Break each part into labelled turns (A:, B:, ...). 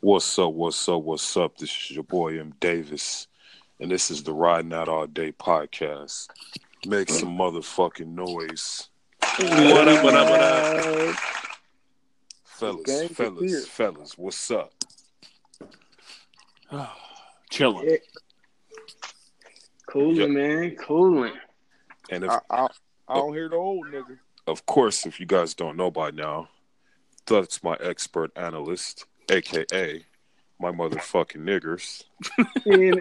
A: What's up? What's up? What's up? This is your boy M. Davis, and this is the Riding Out All Day podcast. Make some motherfucking noise,
B: What up, what up, what up?
A: fellas,
C: Gang is here.
A: fellas, fellas. What's up? Ah,
B: Chilling.
C: Yeah. Cooling,
A: Yep.
C: man. Cooling.
A: And if,
C: I, I, I don't hear the old nigga.
A: of course, if you guys don't know by now, that's my expert analyst, aka my motherfucking niggers.
C: In,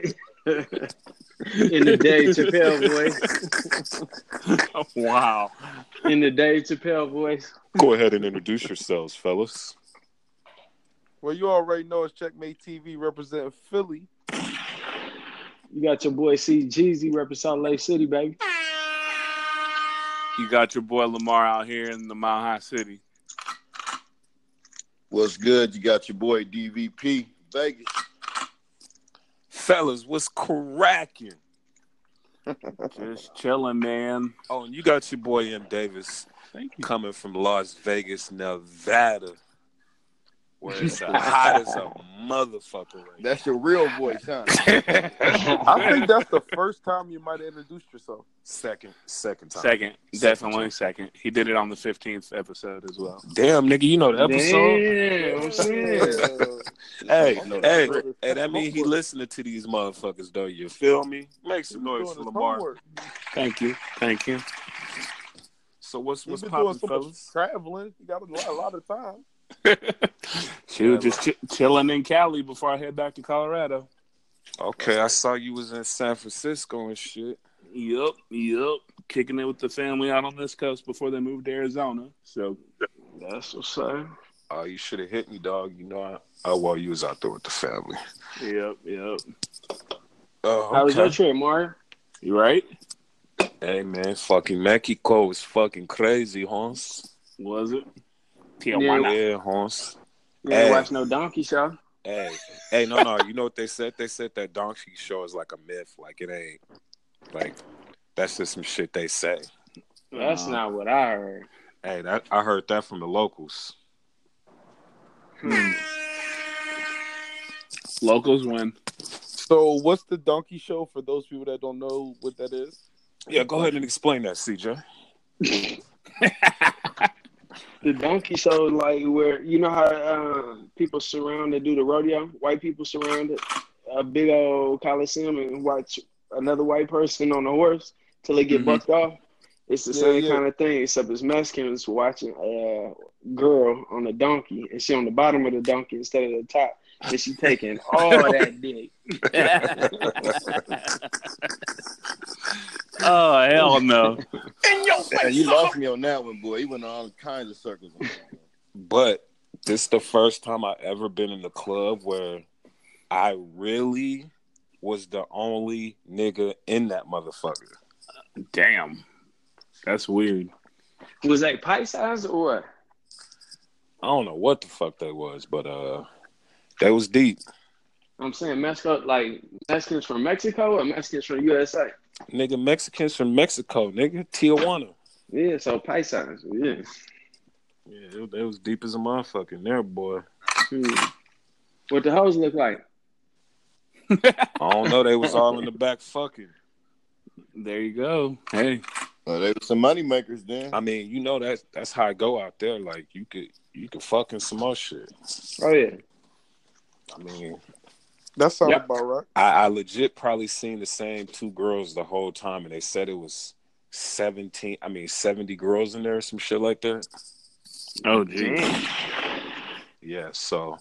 C: in the day, Chappelle voice.
B: Wow.
C: In the day, Chappelle voice.
A: Go ahead and introduce yourselves, fellas.
D: Well, you already know it's Checkmate TV representing Philly.
C: You got your boy C Jeezy representing Lake City, baby.
B: You got your boy Lamar out here in the Mile High City.
E: What's good? You got your boy DVP Vegas.
A: Fellas, what's cracking?
B: Just chilling, man.
A: Oh, and you got your boy M. Davis
B: Thank you.
A: coming from Las Vegas, Nevada, where it's the hottest a motherfucker right
E: That's your real voice, huh?
D: I think that's the first time you might have introduced yourself.
A: Second, second time.
B: Second,
A: Second
B: definitely second. He did it on the 15th episode as well.
A: Damn, nigga, you know the episode.
C: Damn, I'm saying.
A: Hey,
E: No,
A: hey,
E: that's
A: hey, that mean he listening to these motherfuckers, though. You feel me? Make some noise for Lamar.
B: Thank you. Thank you.
A: So what's
D: He's
A: what's
D: been doing
A: popping,
D: so much
A: fellas?
D: traveling. He got a lot, a lot of time.
B: She was just chi- chilling in Cali before I head back to Colorado.
A: Okay, I saw you was in San Francisco and shit.
B: Yup, yup. Kicking it with the family out on this coast before they moved to Arizona. So
C: That's what's up.
A: Oh, you should have hit me, dog. You know, I, oh well, you was out there with the family.
B: Yep, yep.
C: How
A: Oh,
C: was your
A: okay.
C: trip, Mark?
B: You right?
A: Hey man, fucking Mexico was fucking crazy, Hans.
B: Was it?
C: Tijuana.
A: Yeah, Hans.
C: You didn't
A: Hey.
C: watch no donkey show.
A: Hey, hey, no, no. You know what they said? They said that donkey show is like a myth. Like it ain't. Like that's just some shit they say.
C: That's
B: Uh,
C: not what I heard.
A: Hey, that I heard that from the locals.
B: Locals win.
D: So, what's the donkey show for those people that don't know what that is?
A: Yeah, go ahead and explain that, CJ.
C: The donkey show, is like where you know how uh, people surround and do the rodeo. White people surround a big old coliseum and watch another white person on a horse till they get
B: Mhm.
C: bucked off. It's the
D: Yeah,
C: same
D: yeah.
C: kind of thing, except it's Mexicans watching a girl on a donkey, and she on the bottom of the donkey instead of the top, and she taking all that dick.
B: oh hell no!
E: Yeah, you lost me on that one, boy. You went all kinds of circles. On that one.
A: But this is the first time I ever been in the club where I really was the only nigga in that motherfucker.
B: Damn, that's weird.
C: Was that pie size or what?
A: I don't know what the fuck that was, but uh, that was deep,
C: I'm saying Mexico, like Mexicans from Mexico or Mexicans from USA.
A: nigga. Mexicans from Mexico, nigga. Tijuana.
C: Yeah, so pie size. Yeah.
A: Yeah, it, it was deep as a motherfucker in there, boy.
C: Hmm. What the hoes look like?
A: I don't know. They was all in the back fucking.
B: There you go. Hey,
E: Well, they were some moneymakers then.
A: I mean, you know that's that's how I go out there. Like you could you could fucking some more shit.
C: Oh yeah.
A: I mean,
D: That sounds
C: Yep.
D: about right.
A: I, I legit probably seen the same two girls the whole time, and they said it was seventeen. I mean, seventy girls in there, or some shit like that.
B: oh gee,
A: Yeah, so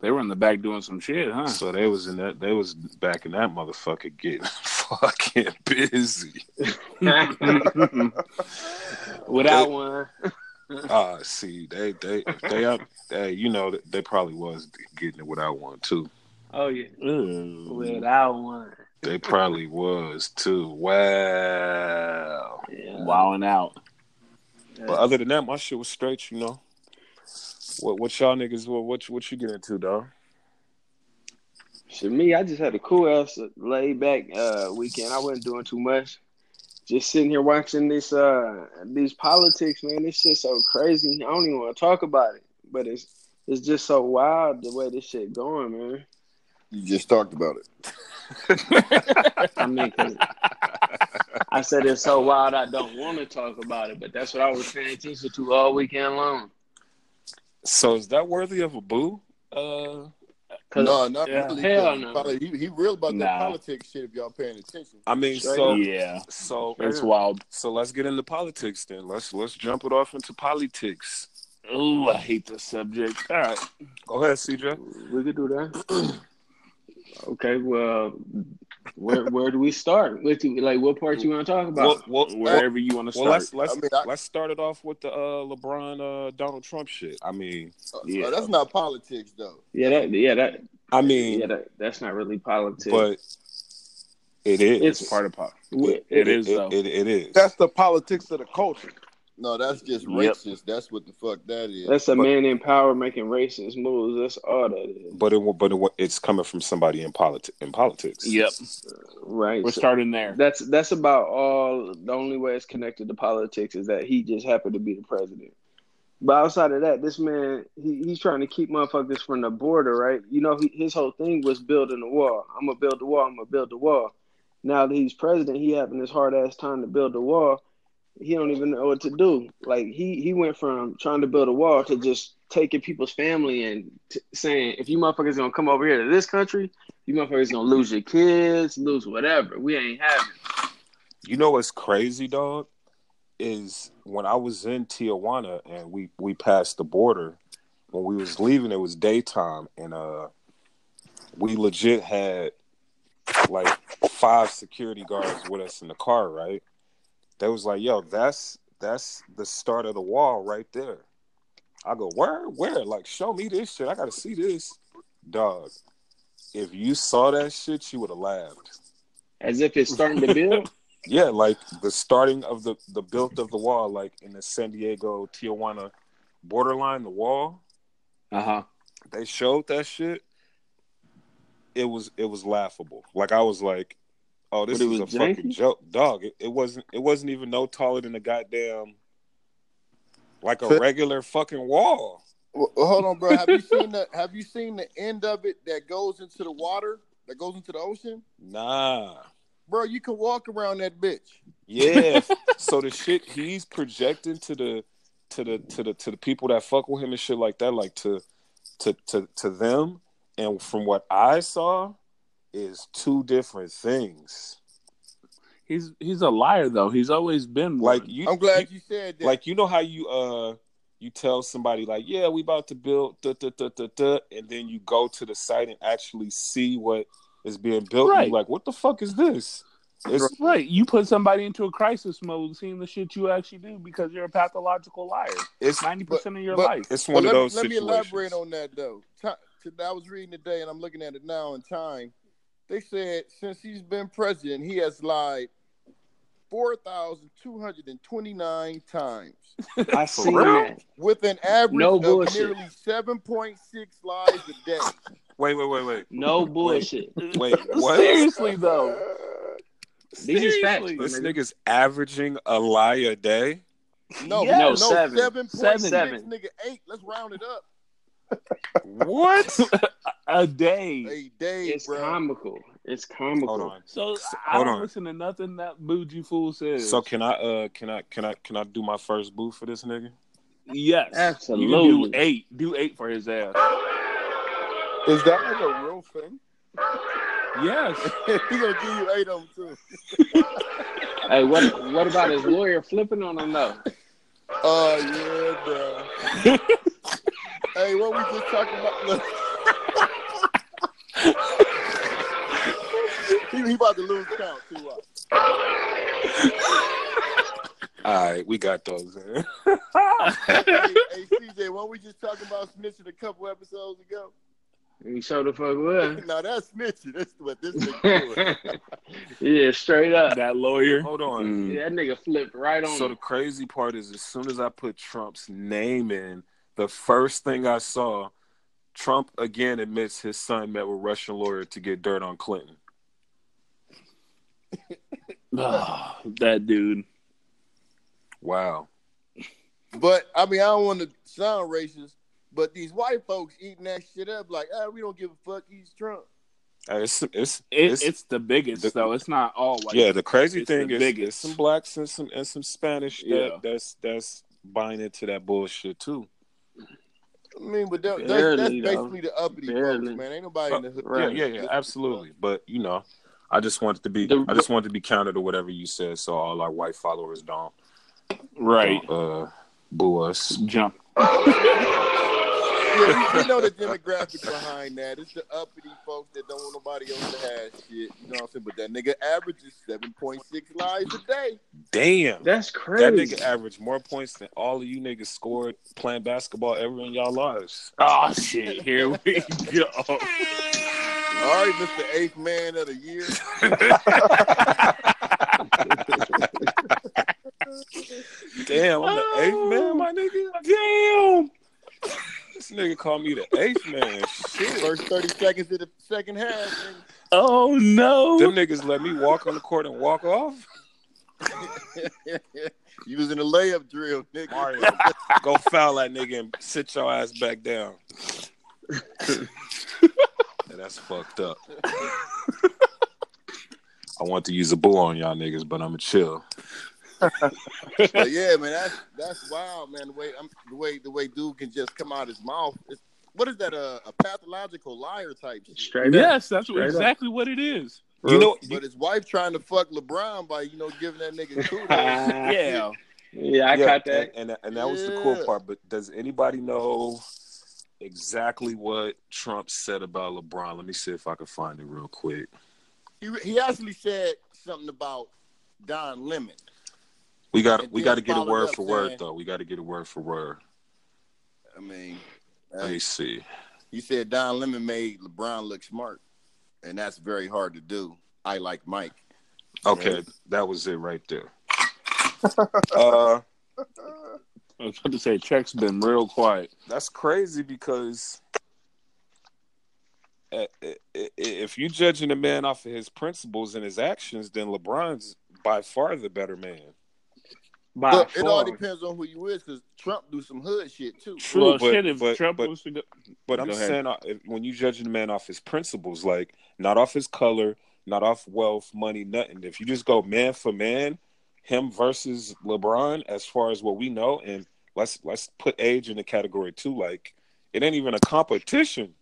B: they were in the back doing some shit, huh?
A: so they was in that they was back in that motherfucker getting fucking busy.
C: Without one.
A: Ah, see, they they if they up. Hey, you know they probably was getting it without one too.
C: Oh yeah.
B: Ooh.
C: Without one.
A: They probably was too. Wow.
C: Yeah.
B: Wilding out.
A: But other than that, my shit was straight, you know. What what y'all niggas what what, you- what you get into, dog?
C: To me, I just had a cool ass laid back uh, weekend. I wasn't doing too much. Just sitting here watching this uh these politics, man. This shit's so crazy. I don't even want to talk about it. But it's it's just so wild the way this shit going, man.
E: You just talked about it.
C: I mean, 'cause I said it's so wild I don't want to talk about it, but that's what I was paying attention to all weekend long.
A: So is that worthy of a boo? Uh,
C: Cause
E: no, not
B: yeah,
E: really.
C: hell
E: 'cause
C: no.
E: Probably, he, he real about that
B: Nah.
E: politics shit. If y'all paying attention,
A: I mean, so
B: yeah,
A: so
B: it's wild.
A: so let's get into politics then. Let's let's jump it off into politics.
B: Oh, I hate this subject. All right,
A: Go ahead, CJ.
C: we could do that. okay, well, where where do we start? What do, like, what part you want to talk about?
A: Well, well, well,
B: wherever you want to
A: well, let's
B: start.
A: let's
E: I mean, I-
A: let's start it off with the uh, LeBron uh, Donald Trump shit. I mean,
E: Uh,
B: Yeah.
E: uh, that's not politics though.
C: yeah, that, yeah, that,
A: I
C: yeah,
A: mean,
C: that, that's not really politics.
A: but it is.
C: It's
B: part of pop.
C: We-
B: It is
A: It,
B: though.
A: it- it is.
D: That's the politics of the culture.
E: No, that's just
B: Yep.
E: racist. That's what the fuck that is.
C: that's a
A: but-
C: man in power making racist moves. That's all that is,
A: but it, wa- but it, wa- it's coming from somebody in politics. In politics.
B: yep,
C: right?
B: we're
C: So
B: starting there.
C: that's that's about all. The only way it's connected to politics is that he just happened to be the president. But outside of that, this man he, he's trying to keep motherfuckers from the border, right? You know, he, his whole thing was building the wall. I'm gonna build the wall. I'm gonna build the wall. Now that he's president, he having this hard ass time to build the wall. He don't even know what to do. Like he he went from trying to build a wall to just taking people's family and t- saying, if you motherfuckers gonna come over here to this country, you motherfuckers gonna lose your kids, lose whatever. We ain't having. it."
A: You know what's crazy, dog? Is when I was in Tijuana and we we passed the border. When we was leaving, it was daytime, and uh, we legit had like five security guards with us in the car. Right? They was like, "Yo, that's that's the start of the wall right there." I go, "Where? Where? Like, show me this shit. I gotta see this, dog." If you saw that shit, you would have laughed.
C: As if it's starting to build.
A: Yeah, like the starting of the the build of the wall, like in the San Diego Tijuana borderline, the wall.
B: Uh huh.
A: They showed that shit. It was it was laughable. Like I was like, "Oh, this
C: But it
A: is a
C: was
A: fucking
C: janky?
A: joke, dog." It, it wasn't. It wasn't even no taller than a goddamn like a
E: Fit-
A: regular fucking wall.
E: Well, well, hold on, bro. Have you seen the Have you seen the end of it that goes into the water that goes into the ocean,
A: Nah.
E: bro? You can walk around that bitch.
A: Yeah. so the shit he's projecting to the to the to the to the people that fuck with him and shit like that, like to to to to them, and from what I saw, is two different things.
B: He's he's a liar though. He's always been
A: Like
B: one.
A: you,
E: I'm glad you said that.
A: like you know how you uh you tell somebody like, yeah, we about to build, duh, duh, duh, duh, duh, and then you go to the site and actually see what is being built. and
B: Right.
A: you're like, what the fuck is this? It's
B: Right, you put somebody into a crisis mode, seeing the shit you actually do because you're a pathological liar.
A: it's
B: Ninety percent of your
E: but-
B: life.
A: it's
E: Well,
A: one
E: let,
A: of
E: me-
A: those
E: let me
A: situations.
E: elaborate on that though. Ti- today I was reading today, and I'm looking at it now in time. They said since he's been president, he has lied four thousand two hundred and twenty nine times,
C: I seen
A: real?
C: that.
E: with an average
C: No
E: of
C: bullshit.
E: nearly seven point six lies a day.
A: Wait, wait, wait, wait,
C: No bullshit.
A: wait. What?
B: Seriously though,
C: These is facts.
B: Seriously.
A: This
C: nigga.
A: nigga's averaging a lie a day.
E: No,
B: Yeah.
E: no,
C: No,
E: seven.
C: seven.
E: seven point six,
C: Seven.
E: nigga, eight. Let's round it up.
A: What?
B: a day.
E: Hey, Dave,
C: It's
E: bro.
C: comical. It's comical.
A: Hold on.
B: So I
A: Hold
B: don't
A: on.
B: listen to nothing that bougie fool says.
A: So can I uh can I can I can I do my first boo for this nigga?
B: yes,
C: Absolutely.
B: You can do eight. Do eight for his ass.
D: Is that like a real thing?
B: Yes.
E: he gonna give you eight of them too.
C: Hey, what what about his lawyer flipping on him though?
E: Oh yeah, bro. hey, what we just talking about? Look. he, he about to lose count too. Uh.
A: All right, we got those. man.
E: Hey, hey, CJ, what we just talking about snitching a couple episodes ago?
C: He show the fuck what?
E: Now that's snitching. That's what this nigga doing.
C: yeah, straight up.
B: that lawyer.
A: Hold on.
B: Mm.
C: That nigga flipped right on.
A: So the crazy part is, as soon as I put Trump's name in, the first thing I saw, Trump again admits his son met with Russian lawyer to get dirt on Clinton.
B: Ah, that dude.
A: Wow.
E: But I mean, I don't want to sound racist, But these white folks eating that shit up like, ah, we don't give a fuck. He's Trump.
A: Uh, It's it's
B: It,
A: it's,
B: it's, the biggest
A: the-
B: though. It's not all white.
A: yeah. The crazy
B: it's
A: thing
B: the
A: is,
B: biggest.
A: it's some blacks and some and some Spanish that,
B: Yeah.
A: that's that's buying into that bullshit too.
E: I mean, but that,
C: Barely,
E: that's, that's
C: though.
E: basically the uppity
C: Barely.
E: folks, man. Ain't nobody in
D: Uh,
E: the hood.
C: Right.
A: Yeah, yeah, yeah, absolutely. But you know, I just wanted to be
C: The-
A: I just wanted to be counter to whatever you said, so all our white followers don't
B: Right.
A: don't, uh, boo us.
B: Jump.
E: Yeah, we, we know the demographic behind that. It's the uppity folks that don't want nobody else to have shit. You know what I'm saying? But that nigga averages 7.6 lives a day.
A: Damn.
C: That's
A: That
C: crazy.
A: nigga averaged more points than all of you niggas scored playing basketball ever in y'all lives.
B: Oh shit! Here we go.
E: All right, Mr. Eighth Man of the Year.
A: Damn, I'm the eighth
C: Oh.
B: Oh,
A: man, my nigga. Damn. This nigga called me the eighth man. Shit.
E: First 30 seconds of the second half. nigga.
B: Oh no!
A: Them niggas let me walk on the court and walk off.
E: you was in a layup drill, nigga.
A: Mario, go foul that nigga and sit your ass back down. Yeah, that's fucked up. I want to use a bull on y'all niggas, but I'ma chill.
E: But yeah, man, that's that's wild, man. The way I'm, the way the way dude can just come out his mouth. It's, what is that? A, a pathological liar type shit.
C: Straight up.
B: yes, that's
C: Straight up.
B: exactly what it is.
A: You know, you,
E: But his wife trying to fuck LeBron by you know giving that nigga kudos.
C: Ah,
B: Yeah.
C: yeah, I
A: yeah,
C: caught that.
A: and and, and that was the cool
E: Yeah.
A: part. But does anybody know exactly what Trump said about LeBron? Let me see if I can find it real quick.
E: he, he actually said something about Don Lemon.
A: We got
E: And
A: we
E: then
A: got to get a
E: followed
A: word
E: up
A: for word
E: saying-
A: though. We got to get a word for word.
E: I mean,
A: Let
E: uh,
A: me see.
E: he said Don Lemon made LeBron look smart, and that's very hard to do. I like Mike.
A: Okay, that was it right there. uh,
B: I was about to say, check's been real quiet.
A: that's crazy because uh, i- i- if you're judging a man off of his principles and his actions, then LeBron's by far the better man.
C: By
E: Look, it all
C: far.
E: depends on who you is, because Trump do some hood shit too.
A: True,
B: well,
A: but-
B: shit, if
A: but-
B: Trump
A: but-
B: was to go,
A: But I'm
B: Go ahead.
A: saying uh, if- when you judging a man off his principles, like not off his color, not off wealth, money, nothing. If you just go man for man, him versus LeBron, as far as what we know, and let's let's put age in the category too. Like it ain't even a competition.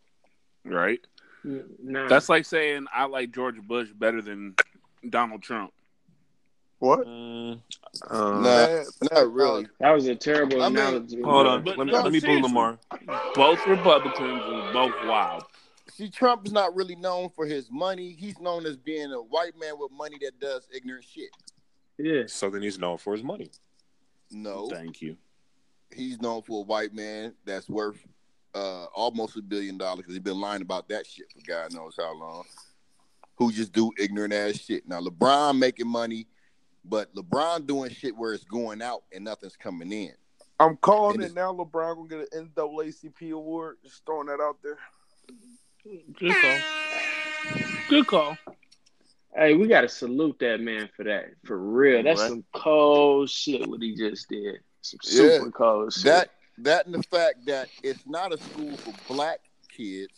B: right?
C: Nah.
B: Mm. That's like saying I like George Bush better than Donald Trump.
D: What?
B: Mm.
D: Uh-huh.
C: Uh-huh.
E: Nah,
D: Man,
E: not really.
C: that was a terrible
E: I mean,
C: analogy.
A: Hold on,
B: But
A: let me
B: no,
A: let me boo
B: seriously.
A: Lamar.
B: Both Republicans and both wild.
E: See, Trump is not really known for his money. He's known as being a white man with money that does ignorant shit.
C: Yeah.
A: So then he's known for his money.
E: No,
B: Thank you.
E: he's known for a white man that's worth uh, almost a billion dollars because he's been lying about that shit for God knows how long. Who just do ignorant ass shit. Now LeBron making money, but LeBron doing shit where it's going out and nothing's coming in.
D: I'm calling
E: It
D: it,
E: is-
D: now. LeBron gonna get an NAACP award. Just throwing that out there.
B: Good call. Good call.
C: Hey, we gotta salute that man for that. For real. That's
B: Right.
C: some cold shit what he just did. Some super
E: Yeah.
C: cold shit.
E: That that and the fact that it's not a school for black kids,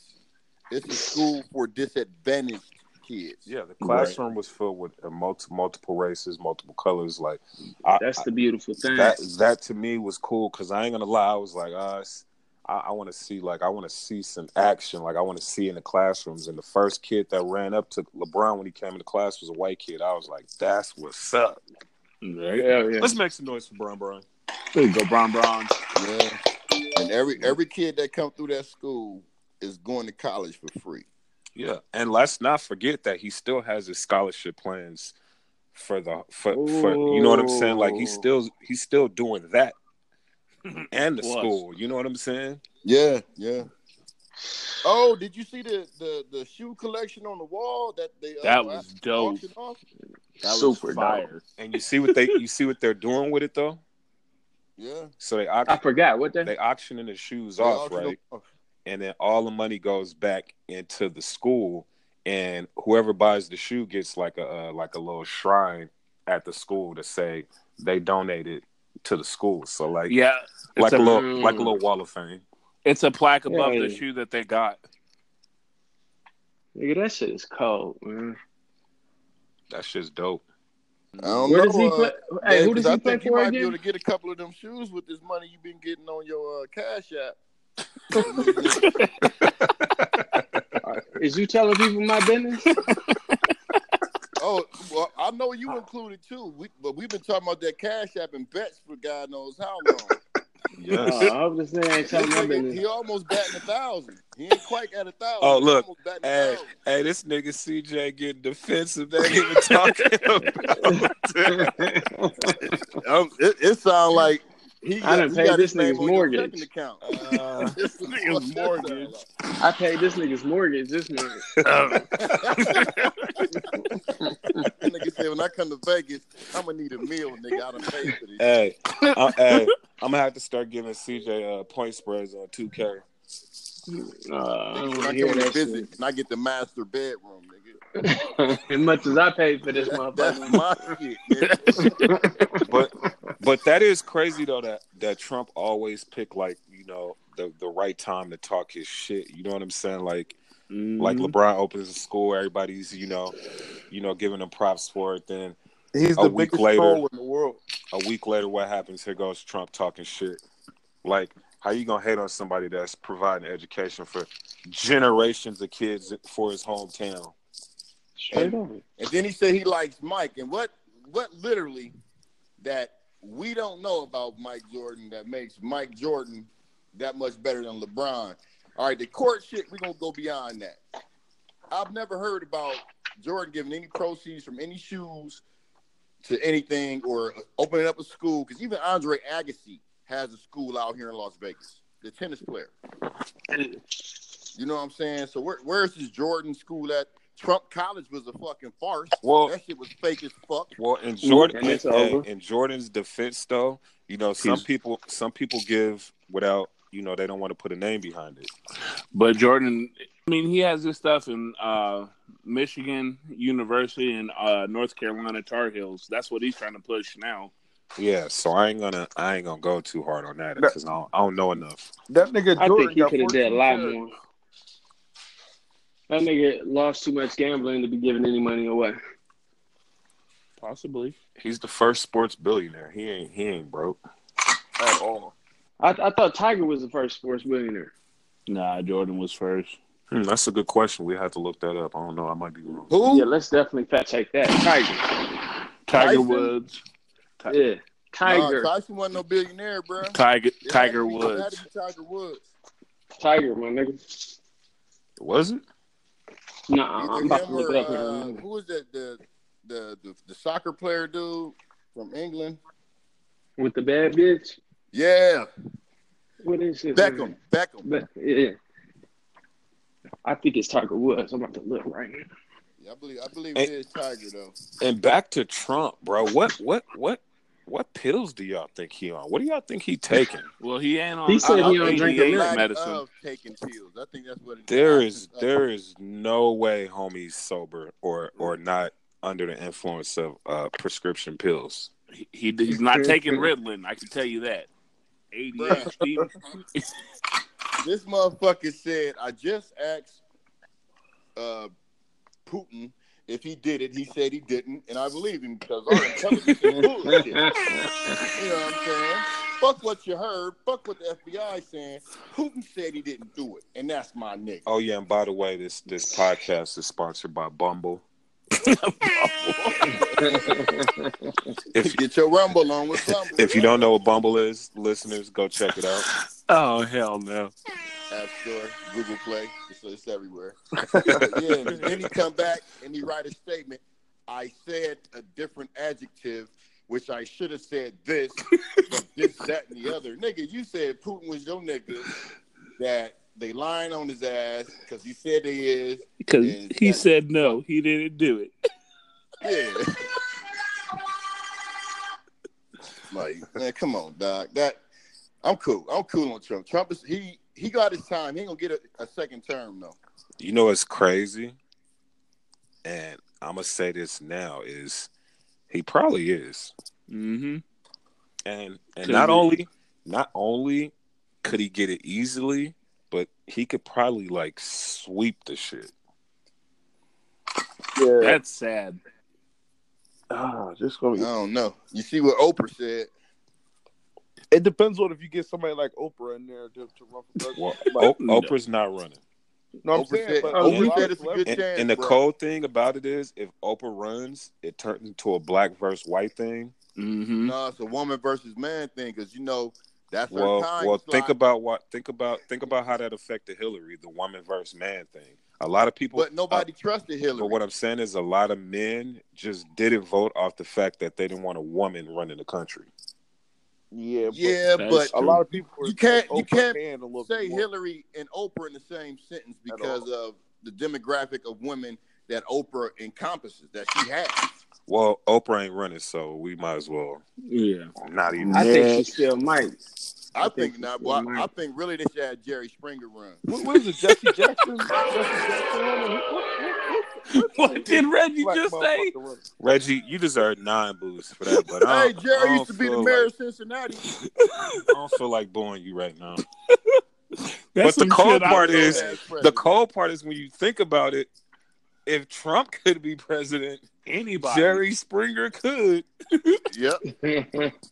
E: it's a school for disadvantaged kids.
A: Yeah, the classroom was filled with uh, multi, multiple races, multiple colors. Like I,
C: That's the beautiful thing.
A: that that to me was cool because I ain't gonna lie, I was like, uh, s- I, I want to see like I want to see some action, like I want to see in the classrooms. And the first kid that ran up to LeBron when he came into class was a white kid. I was like, that's what's up.
B: Right.
C: Hell Oh, yeah.
A: Let's make some noise for Bron Bron.
B: There you go, Bron Bron.
E: Yeah. And every every kid that come through that school is going to college for free.
A: Yeah, and let's not forget that he still has his scholarship plans for the for, for you know what I'm saying. Like he's
C: Ooh.
A: still he's still doing that and the
B: Plus.
A: school. You know what I'm saying?
E: Yeah, yeah. Oh, did you see the the, the shoe collection on the wall that they uh,
B: That was dope.
E: auctioned off?
B: That was
C: Super
B: fire.
C: dope.
A: And you see what they you see what they're doing with it though.
E: Yeah,
A: So they
C: I
A: auction,
C: forgot what that
A: they auctioning the shoes
E: They
A: off,
E: auctioned
A: right?
E: off.
A: And then all the money goes back into the school, and whoever buys the shoe gets like a uh, like a little shrine at the school to say they donated to the school. So like
B: Yeah.
A: like
B: It's
A: a
B: a-
A: little like a little wall of fame.
B: It's a plaque above
C: Yeah,
B: the
C: yeah.
B: shoe that they got.
C: Nigga, that shit is cold, man.
A: That shit's dope.
E: I don't
C: Where
E: know.
C: does he
E: uh,
C: play? Hey,
E: Dave,
C: who does
E: 'cause
C: he
E: I
C: play
E: think you
C: for
E: might be able
C: again?
E: to get a couple of them shoes with this money you've been getting on your uh, cash app.
C: Uh, Is you telling people my business?
E: oh, well, I know
C: Uh,
E: you included too. We, but we've been talking about that cash app and bets for God knows how long.
C: Oh,
A: Yes.
C: I hope this nigga ain't
E: This
C: telling my
E: nigga,
C: business.
E: he almost batting a thousand. He ain't quite at a thousand.
A: Oh, look.
E: He almost batting a
A: hey,
E: thousand.
A: hey, this nigga CJ getting defensive. They ain't even talking about that.
E: Um, it, it sounds like he got,
C: done
E: he
C: paid
E: got
C: this
E: his name
C: nigga's
E: on your
C: mortgage.
E: checking account.
A: Uh,
E: This is
B: nigga's
E: what that
B: mortgage.
E: sound like.
C: I paid this nigga's mortgage this month.
E: That nigga said, when I come to Vegas, I'm gonna need a meal, nigga. I done paid for this.
A: hey, uh, hey, I'm gonna have to start giving CJ uh, point spreads on 2K.
C: Uh, I don't
E: when
C: want
E: I
C: to hear
E: come to
C: that
E: visit,
C: shit.
E: and I get the master bedroom, nigga.
C: as much as I paid for this
E: That, that's
C: motherfucker.
E: my shit. nigga.
A: But but that is crazy though that that Trump always picked like you know the the right time to talk his shit. You know what I'm saying? Like
B: Mm.
A: like LeBron opens the school, everybody's you know you know giving him props for it. Then
D: He's
A: A
D: the
A: week
D: biggest
A: later.
D: troll in the world.
A: a week later, what happens? Here goes Trump talking shit. Like, how you gonna hate on somebody that's providing education for generations of kids for his hometown?
C: Straight up.
E: and then he said he likes Mike, and what what literally that we don't know about Mike Jordan that makes Mike Jordan that much better than LeBron. All right, the court shit, we're gonna go beyond that. I've never heard about Jordan giving any proceeds from any shoes to anything or opening up a school because even Andre Agassi has a school out here in Las Vegas, the tennis player. You know what I'm saying? So where, where's this Jordan school at? Trump College was a fucking farce.
A: Well,
E: That shit was fake as fuck.
A: well, in Jordan,
C: And it's
A: in,
C: over.
A: in Jordan's defense, though, you know, some
B: He's-
A: people, some people give without, you know, they don't want to put a name behind it.
B: But Jordan, I mean, he has this stuff in uh, Michigan University and uh, North Carolina Tar Heels. That's what he's trying to push now.
A: Yeah, so I ain't gonna, I ain't gonna go too hard on that because I, don't, I don't know enough.
D: That nigga Jordan
C: I think he
D: got
C: could have did a
D: 14
C: lot
D: carries.
C: more. That nigga lost too much gambling to be giving any money away.
B: Possibly.
A: He's the first sports billionaire. He ain't, he ain't broke.
E: at all.
C: I, I thought Tiger was the first sports billionaire.
B: Nah, Jordan was first.
A: Hmm, that's a good question. We have to look that up. I don't know. I might be wrong.
E: Who?
C: Yeah, let's definitely fact check that. Tiger.
B: Tiger
E: Tyson?
B: Woods. Ti-
C: Yeah. Tiger.
E: Nah, Tyson wasn't no billionaire, bro.
B: Tiger
E: It had
B: Tiger
E: to be- it had
B: Woods.
E: to be Tiger Woods.
C: Tiger, my nigga.
A: Was it?
C: Nah, Uh-uh, I'm
E: Either
C: about
E: him
C: to look
E: or
C: it up.
E: uh,
C: now.
E: who was that? The, the the the soccer player dude from England.
C: With the bad bitch.
E: Yeah,
C: What is it?
E: Beckham. Beckham.
C: But yeah. I think it's Tiger Woods. I'm about to look right now.
E: Yeah, I believe I believe it is Tiger though.
A: And back to Trump, bro. What what what what pills do y'all think he on? What do y'all think he taking?
B: Well, he ain't on. uh,
C: He said
B: I
C: he
B: don't
C: don't
B: Oh. think
C: drink
B: he
C: a
B: ain't
C: lick.
B: medicine.
E: Of taking pills. I uh, think that's what it is.
A: There is there is no way homie's sober or or not under the influence of uh prescription pills.
B: He, he- he's not taking Ritalin. I can tell you that. ADHD.
E: This motherfucker said, I just asked uh, Putin if he did it. He said he didn't, and I believe him because our intelligence is bullshit. You know what I'm saying? Fuck what you heard. Fuck what the FBI saying. Putin said he didn't do it, and that's my nigga.
A: Oh yeah, and by the way, this this podcast is sponsored by Bumble. If
E: Get your rumble on with something.
A: if you don't know what Bumble is, listeners, go check it out.
B: oh hell no.
E: App Store, Google Play, it's, it's everywhere. But yeah, and then he come back and he write a statement. I said a different adjective, which I should have said this, but this, that, and the other. Nigga, you said Putin was your nigga. That they lying on his ass because he said they is.
B: Because
E: Yeah,
B: he
E: exactly.
B: said no. He didn't do it.
E: Yeah. Like, man, come on, doc. That I'm cool. I'm cool on Trump. Trump is he he got his time. He ain't gonna get a, a second term though.
A: You know what's crazy? And I'ma say this now is he probably is.
B: Mm-hmm.
A: and and
B: Could
A: not
B: be.
A: only not only could he get it easily? But he could probably like sweep the shit.
D: Yeah.
B: That's sad.
D: ah, just gonna
E: I
D: be.
E: don't know. You see what Oprah said?
D: It depends on if you get somebody like Oprah in there to, to run for president.
A: Well, o- Oprah's not running.
D: no, I'm
E: Oprah
D: saying,
E: said-
D: but
E: Oprah
D: a lot
E: said
D: of
E: it's a good
D: celebrities-
A: And,
E: Chance,
A: and the
E: bro.
A: cold thing about it is, if Oprah runs, it turns into a black versus white thing.
B: Mm-hmm.
E: No, it's a woman versus man thing because you know that's
A: Well,
E: her time.
A: well,
E: slot.
A: think about what think about think about how that affected Hillary, the woman versus man thing. A lot of people,
E: but nobody trusted Hillary.
A: but what I'm saying is, a lot of men just didn't vote off the fact that they didn't want a woman running the country.
D: Yeah, but
E: yeah,
B: That's
E: but
D: a lot of people. were
E: You can't-
D: like
E: you
D: Oprah
E: can't
D: fan a little
E: say
D: bit more.
E: Hillary and Oprah in the same sentence
D: At
E: because of the demographic of women that Oprah encompasses that she has.
A: Well, Oprah ain't running, so we might as well
B: Yeah.
A: not even.
C: I think she
D: Next.
C: still might.
E: I,
C: I
E: think,
C: think
E: not.
C: she's
E: Well,
C: still
E: I, I think really they should have Jerry Springer run.
D: What, what is it, Jesse Jackson? Jesse Jackson running? What, what, what,
B: What did Reggie
D: black
B: just say?
D: motherfucker running?
A: Reggie, you deserve nine boos for that, but I
E: Hey,
A: don't, I
E: Jerry
A: don't
E: used to be the
A: feel
E: mayor
A: like-
E: of Cincinnati.
A: I don't feel like booing you right now.
B: That's
A: the
B: some
A: cold
B: shit I
A: part
B: would-
A: is-
E: As
A: The
E: president.
A: cold part is when you think about it. If Trump could be president,
B: anybody.
A: Jerry Springer could.
E: Yep.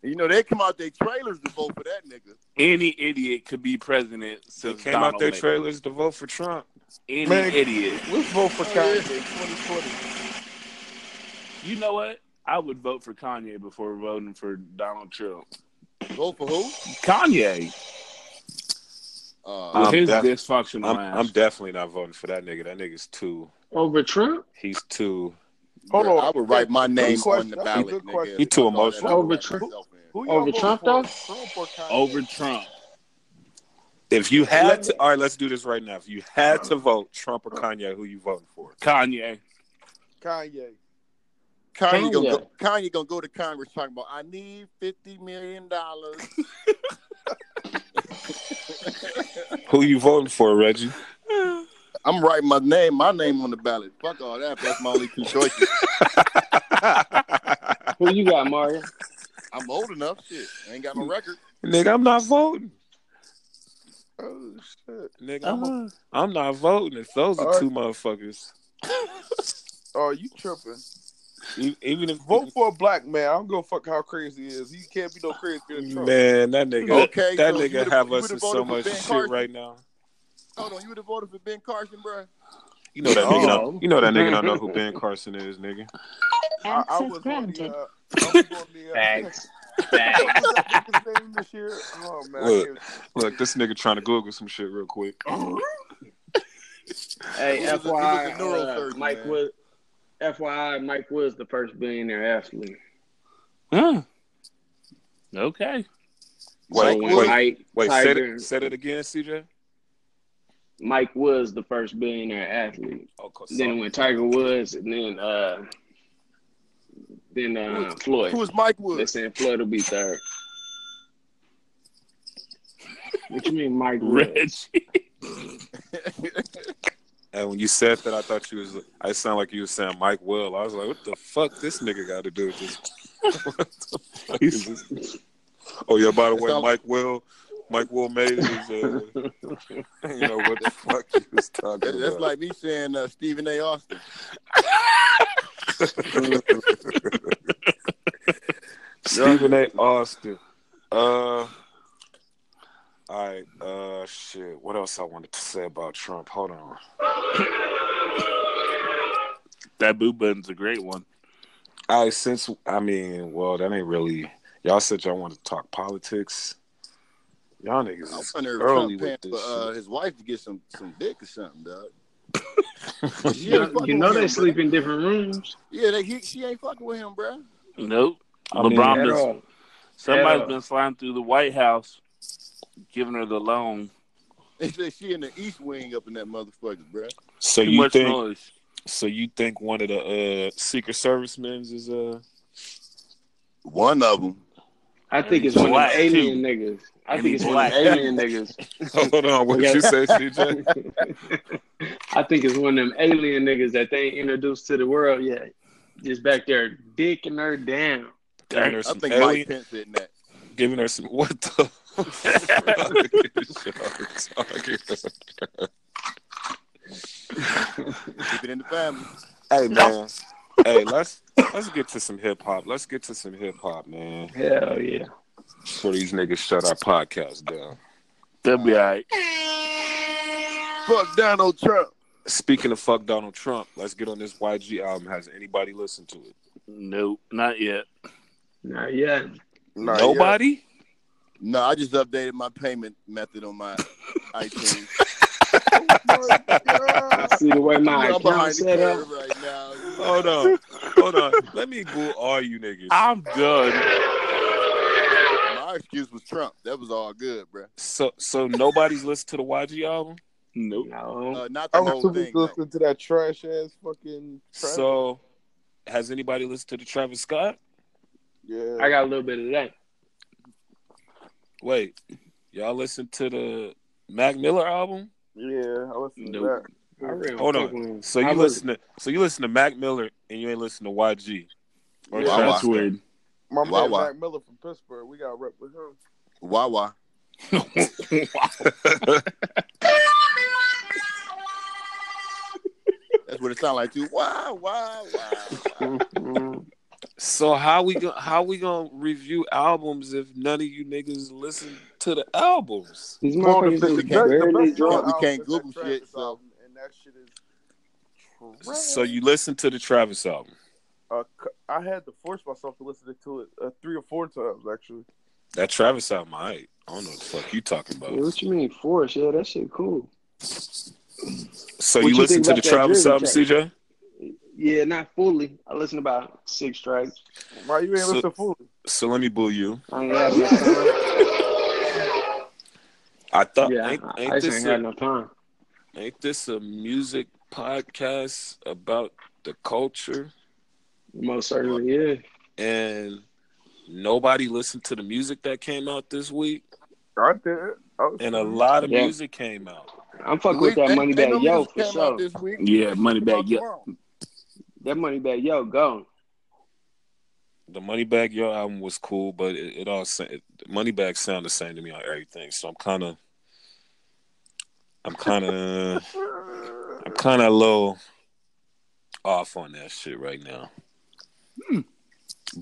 E: You know they come out their trailers to vote for that nigga.
B: Any idiot could be president.
A: They
B: Since
A: came out their
B: Donald Lincoln.
A: trailers to vote for Trump.
B: Any
D: Man.
B: idiot.
D: Let's vote for
E: Oh,
D: Kanye
E: yeah.
D: 2020.
B: You know what? I would vote for Kanye before voting for Donald Trump.
E: Vote for who?
B: Kanye,
E: Uh,
A: I'm
B: with his
A: def-
B: dysfunctional
A: I'm,
B: ass.
A: I'm definitely not voting for that nigga. That nigga's too.
C: Over Trump?
A: He's too.
D: Hold
E: bro,
D: on.
E: I would write my name on
D: question.
E: the
D: That's a
E: ballot.
D: good
E: nigga,
D: question.
E: if
A: You
E: I
A: too
E: thought that
A: emotional.
E: I would
C: Over
E: write
C: Trump?
E: myself in.
D: Who
C: Over
D: voting
C: Trump,
D: for?
C: though?
D: Trump or Kanye?
B: Over Trump.
A: If you had to, all right, let's do this right now. If you had to vote Trump or Kanye, who you voting for?
B: Kanye.
D: Kanye.
E: Kanye gonna
C: Kanye.
E: go, Kanye gonna go to Congress talking about I need fifty million dollars.
A: Who you voting for, Reggie?
E: I'm writing my name, my name on the ballot. Fuck all that. That's my only two choices.
A: Nigga,
C: Who you got, Mario?
E: I'm old enough. Shit, I ain't got no record.
A: I'm not voting.
D: Oh shit.
A: Nigga, I'm, a, I'm not voting. If those are
D: All right.
A: two motherfuckers,
D: Oh, you tripping? Mm-hmm.
A: E- even if
D: Vote for a black man. I don't give a fuck how crazy he is. He can't be no crazier than Trump.
A: man, that nigga,
E: Okay,
A: that
E: so you
A: nigga
E: would've-
A: have
E: you
A: us
E: would've
A: in so
E: voted for
A: much
E: Ben
A: shit
E: Carson?
A: right now.
E: Hold on, you would have voted for Ben Carson, bro.
A: You know that nigga.
B: Oh.
A: Don't, you know that nigga don't know who Ben Carson is, nigga.
D: I, I was
F: Access
D: on the.
F: granted.
D: Uh, I was on the. Uh,
B: Facts.
D: what
B: Facts.
D: was that nigga's name this year? Oh man. I
A: Look.
D: can't-
A: Look, this nigga trying to Google some shit real quick.
C: Hey,
E: He was a- he was a
C: FYI, uh,
E: neurosurgeon,
C: Mike
E: man.
C: Wood. FYI, Mike Wood's the first billionaire athlete.
B: Huh. Okay.
A: Wait,
C: so
A: wait,
C: when Mike
A: wait. Said
C: Tiger,
A: it, said it again, CJ.
C: Mike Wood's the first billionaire athlete.
A: Oh, cool.
C: Then when Tiger Woods, and then uh, then
E: Who
C: uh,
E: is-
C: Floyd.
E: Who is Mike
C: They
E: Wood?
C: saying Floyd will be third. What you mean, Mike Wood?
B: Reggie.
A: and when you said that, I thought you was. I sound like you was saying Mike Will. I was like, what the fuck? This nigga got to do with this? What the fuck is this? Oh yeah. By the way,
E: Sound-
A: Mike Will. Mike Will made his. Uh, you know what the fuck you was talking
E: That-
A: about?
E: That's like me saying uh, Stephen A. Austin.
A: Stephen A. Austin. Uh. All right, uh, shit. What else I wanted to say about Trump? Hold on.
B: That boo button's a great one.
A: All right, since I mean, well, that ain't really. Y'all said y'all want to talk politics. Y'all
E: I
A: niggas is
E: wonder if
A: early
E: Trump paying
A: with this.
E: for uh,
A: shit.
E: his wife to get some some dick or something, dog.
C: You know, you know they sleep in different rooms.
E: Yeah, they, he, she ain't fucking with him, bro.
B: Nope.
A: I mean,
B: LeBron
A: at
B: just
C: all.
B: somebody's
C: At all.
B: been sliding through the White House, giving her the loan.
E: They said she in the East Wing up in that motherfucker, bro.
A: So
B: Too
A: you
B: much
A: think?
B: noise.
A: So you think one of the uh, Secret Service men is uh?
E: One of them.
C: I think it's
B: He's
C: one of
B: black,
C: the alien niggas. I
B: And
C: think
B: he's
C: it's one of the
B: black.
C: alien niggas.
A: Hold on, what did you say, CJ?
C: I think it's one of them alien niggas that they ain't introduced to the world yet. Just back there dicking her down.
A: Giving her
E: I
A: some
E: think
A: alien,
E: Mike Pence said that.
A: giving her some what the?
E: Keep it in the family.
A: hey man. hey, let's let's get to some hip hop. Let's get to some hip hop, man.
C: Hell yeah.
A: Before these niggas shut our podcast down.
B: They'll be all right.
E: Fuck Donald Trump.
A: Speaking of fuck Donald Trump, let's get on this YG album. Has anybody listened to it?
B: Nope, not yet.
C: Not yet.
A: Uh,
E: Nah, yeah.
A: Nobody?
E: No, I just updated my payment method on my iTunes.
C: See the way my
E: I'm behind
C: account
E: the
C: set up.
E: curve right now.
A: Hold on. Hold on. Let me boo all you niggas.
B: I'm done.
E: My excuse was Trump. That was all good, bro.
A: So so nobody's listened to the YG album?
B: Nope.
C: No.
E: Uh, not the
D: I was
E: whole
D: supposed to
E: thing. though.
D: listen to that trash ass fucking. Trash.
A: So has anybody listened to the Travis Scott?
D: yeah,
C: I got a little bit of that.
A: Wait. Y'all listened to the Mac Miller album?
D: yeah, I listened to
B: Nope.
D: that.
C: I really
A: Hold
C: fuck
A: on.
C: with-
A: So
C: I
A: you
C: was-
A: listen to so you listen to Mac Miller and you ain't listen to YG.
E: Oh,
A: Or
D: Yeah.
A: Travis
B: That's weird.
D: My man
E: Wawa.
D: Mac Miller from Pittsburgh. We got rep with him.
E: Wawa. That's what it sounded like too. Wow, wow, wow.
A: So how we go, how we gonna review albums if none of you niggas listen to the albums?
C: These
D: Well,
C: motherfuckers
D: the-
C: is
E: we can't-
C: barely
E: drunk.
D: album
E: We can't
D: is
E: Google
D: that
E: shit,
D: Travis
E: so-
D: album, and that shit is. trash.
A: So you listen to the Travis album.
D: Uh, c- I had to force myself to listen to it uh, three or four times actually.
A: That Travis album, I, ain't- I don't know what the fuck you talking
C: Yeah,
A: about.
C: what you mean force? Yeah, that shit cool.
A: So
C: What
A: you,
C: you
A: listen
C: think
A: to the
C: about that
A: Travis
C: Drizzy
A: album,
C: track?
A: CJ?
C: Yeah, not fully. I listened about six tracks.
D: Why you ain't
A: So-
D: listen fully?
A: So let me boo you.
C: I ain't had enough time.
A: I thought
C: Yeah,
A: ain't,
C: I, I
A: ain't
C: just
A: this
C: ain't had
A: a,
C: enough time.
A: ain't this a music podcast about the culture
C: Most certainly, yeah.
A: and nobody listened to the music that came out this week
D: I did. I was-
A: and a lot of
C: Yeah.
A: music came out.
C: I'm fucking with that
E: ain't-
C: money
E: ain't
C: back
E: no
C: yo
E: music
C: for
E: came out
C: sure.
E: This week.
B: Yeah, money back.
E: Come
B: Yeah.
E: out tomorrow.
C: That money back yo gone.
A: The Moneybag Yo album was cool, but it, it all sa- it, Moneybag sound the same to me on everything. So I'm kind of, I'm kind of, I'm kind of a little off on that shit right now.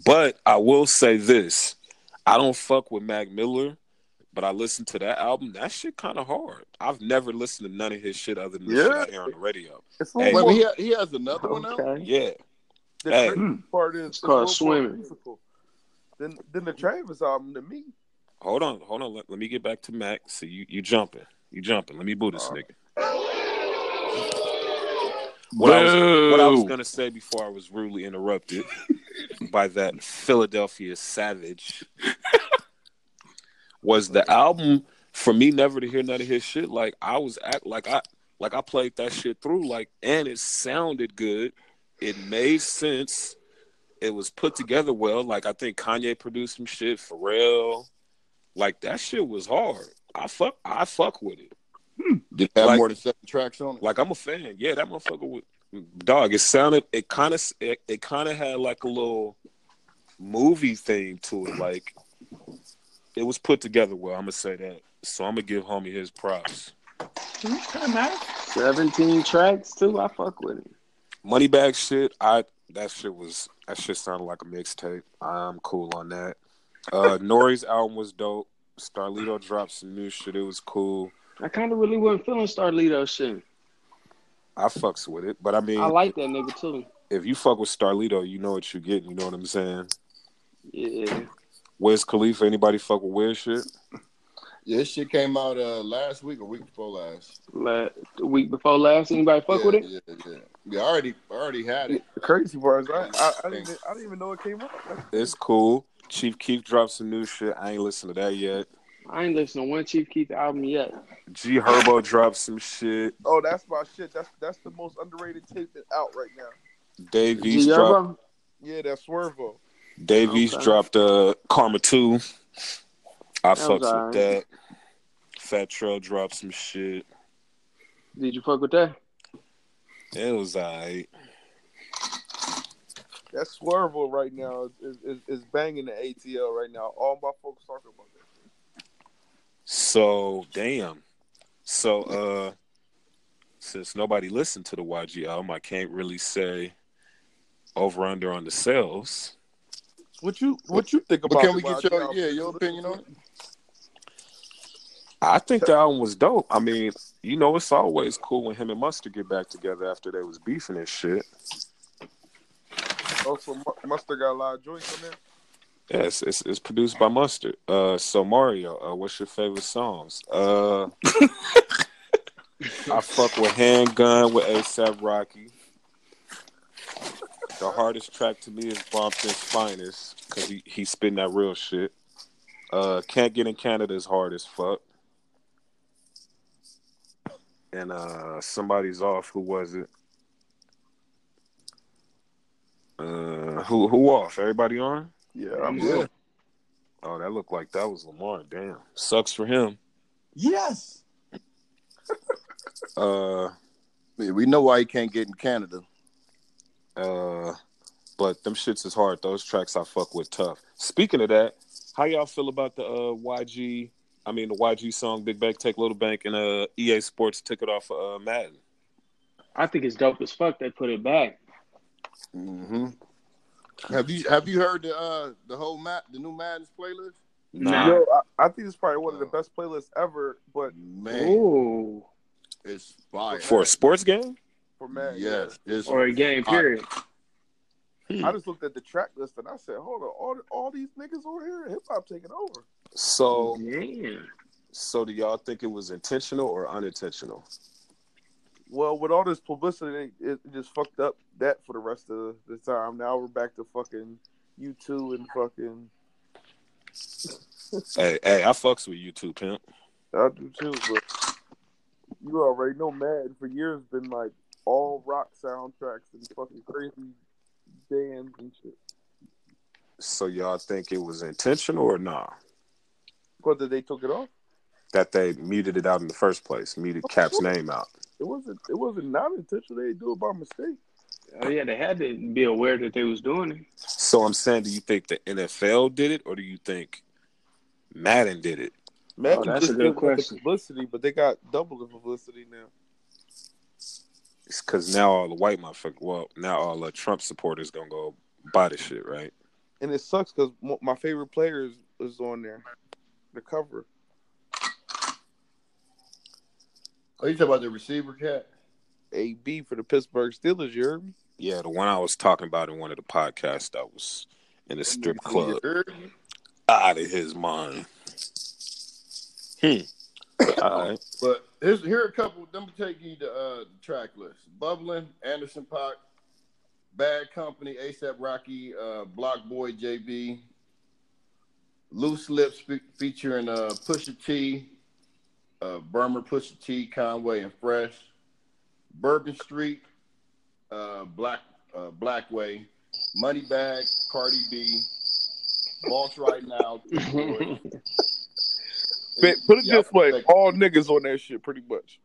A: But I will say this: I don't fuck with Mac Miller, but I listened to that album. That shit kind of hard. I've never listened to none of his shit other than the
D: Yeah.
A: shit I hear on the radio.
D: It's
A: Hey,
E: Wait,
D: more-
E: a minute, he, he has another one out.
C: Okay.
A: Yeah,
D: the
A: hey.
D: crazy part is
C: It's called
D: more
C: Swimming.
D: musical Than, than the Travis album to me.
A: hold on, hold on. Let, let me get back to Mac. See you, you jumping, you jumping. Let me boo this
D: Uh,
A: nigga. What I was what I was
B: Boo.
A: going to say before I was rudely interrupted by that Philadelphia savage was the album for me never to hear none of his shit. Like I was act like I like I played that shit through like and it sounded good. It made sense. It was put together well. Like I think Kanye produced some shit. Pharrell, like that shit was hard. I fuck I fuck with it.
E: Did it have
A: Like-
E: more than seven tracks on it?
A: Like I'm a fan. Yeah, that motherfucker was dog. It sounded. It kind of. It, it kind of had like a little movie theme to it. Like it was put together well. I'm gonna say that. So I'm gonna give homie his props.
C: Seventeen tracks too. I fuck with it.
A: Moneybag shit. I that shit was that shit sounded like a mixtape. I'm cool on that. Uh Nori's album was dope. Starlito dropped some new shit. It was cool.
C: I kind of really wasn't feeling Starlito shit.
A: I fucks with it, but I mean,
C: I like that nigga too.
A: if you fuck with Starlito, you know what you getting. You know what I'm saying?
C: Yeah.
A: Wiz Khalifa. Anybody fuck with Wiz shit?
E: Yeah, this shit came out uh, last week or week before last.
C: La the week before last, anybody fuck
E: yeah,
C: with it?
E: Yeah, yeah. We already already had it.
D: The crazy part is I, I, I, didn't, I didn't even know it came out.
A: It's cool. Chief Keef dropped some new shit. I ain't listened to that yet.
C: I ain't listened to one Chief Keith album yet.
A: G Herbo dropped some shit.
D: Oh, that's my shit. That's that's the most underrated tape that's out right now.
A: Dave
C: G
A: East dropped.
C: Herbo?
D: Yeah, that Swervo.
A: Dave East
C: Okay.
A: dropped uh, Karma Two. I
C: That was
A: fucks with
C: alright.
A: that. Fat Trail dropped some shit.
C: Did you fuck with that?
A: It was alright.
D: That Swervo right now is, is, is, is banging the ATL right now. All my folks talking about that.
A: So damn. So uh since nobody listened to the YG album, I can't really say over under on the sales.
D: What you what you think
E: But
D: about?
E: can
D: the
E: we get
D: Wild
E: your
D: Out?
E: yeah your opinion on it?
A: I think the album was dope. I mean, you know, it's always cool when him and Mustard get back together after they was beefing and shit.
D: Also, Oh, Mu- Mustard got a lot of joints on there.
A: Yes, it's, it's produced by Mustard. Uh, so Mario, uh, what's your favorite songs? Uh, I fuck with Handgun with ASAP Rocky. The hardest track to me is Brompton's Finest because he he spitting that real shit. Uh, Can't Get in Canada is hard as fuck. And uh, somebody's off. Who was it? Uh, who who off? Everybody on?
D: Yeah,
B: I'm
D: yeah.
B: good.
A: Oh, that looked like that was Lamar. Damn, sucks for him.
D: Yes.
A: Uh,
E: Yeah, we know why he can't get in Canada.
A: Uh, but them shits is hard. Those tracks I fuck with tough. Speaking of that, how y'all feel about the uh, YG? I mean the YG song "Big Bank Take Little Bank" and uh, EA Sports took it off of uh, Madden.
C: I think it's dope as fuck. They put it back.
A: Mm-hmm.
E: Have you have you heard the uh the whole map the new Madden's playlist?
A: Nah.
D: Yo, I, I think it's probably one of the best playlists ever. But
E: Man,
C: Ooh,
E: it's fire.
A: For a sports game?
D: for Madden,
E: yes, it's
C: or a game period.
D: I just looked at the track list and I said, "Hold on, all all these niggas over here, hip hop taking over."
A: So,
C: yeah.
A: so do y'all think it was intentional or unintentional?
D: Well, with all this publicity, it, it just fucked up that for the rest of the time. Now we're back to fucking you two and fucking
A: hey, hey, I fucks with you too, pimp.
D: I do too. But you already know, Madden for years been like all rock soundtracks and fucking crazy bands and shit.
A: So y'all think it was intentional or nah?
D: Whether they took it off,
A: That they muted it out in the first place, muted Cap's name out.
D: it wasn't. It wasn't not intentional. They do it by mistake.
C: Oh yeah, they had to be aware that they was doing it.
A: So I'm saying, do you think the NFL did it, or do you think Madden did it?
D: Madden
C: that's a
D: just
C: good
D: didn't get
C: question.
D: The publicity, but they got double the publicity now.
A: It's because now all the white motherfuckers, well, now all the Trump supporters gonna go buy the shit, right?
D: and it sucks because my favorite player is, is on there, the cover.
E: Are you talking about the receiver cat?
D: AB for the Pittsburgh Steelers. You heard me?
A: Yeah, the one I was talking about in one of the podcasts that was in the strip club,
E: You heard?
A: out of his mind. Hmm. All right.
E: But here's, here are a couple. Let me take you the uh, track list: Bubbling, Anderson Park, Bad Company, ASAP Rocky, uh, Block Boy, JB, Loose Lips fe- featuring uh, Pusha T, uh, Burma, Pusha T, Conway, and Fresh, Bourbon Street, uh, Black uh, Blackway, Moneybag, Cardi B, Boss Right Now. Pit Boy.
D: Put, put it
E: Y'all
D: this way:
E: take-
D: all niggas on that shit, pretty much.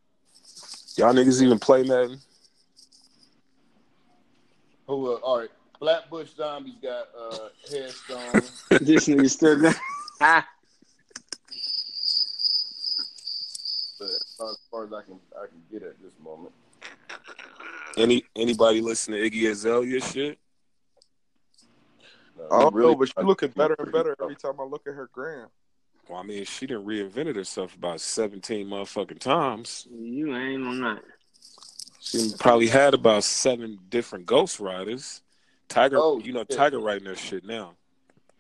A: Y'all niggas even play Madden?
E: Who? Uh, all right. Flatbush Zombies got uh, Headstone.
C: this nigga still got.
E: but as far as I can, I can get at this moment.
A: Any anybody listen to Iggy Azalea shit?
E: No,
D: I don't
E: we really-
D: know, but she's looking better and better every time I look at her gram.
A: Well, I mean, she done reinvented herself about seventeen motherfucking times.
C: You ain't lying.
A: She done probably had about seven different Ghost Riders. Tiger,
E: Oh,
A: you know,
E: yeah.
A: Tiger writing her shit now.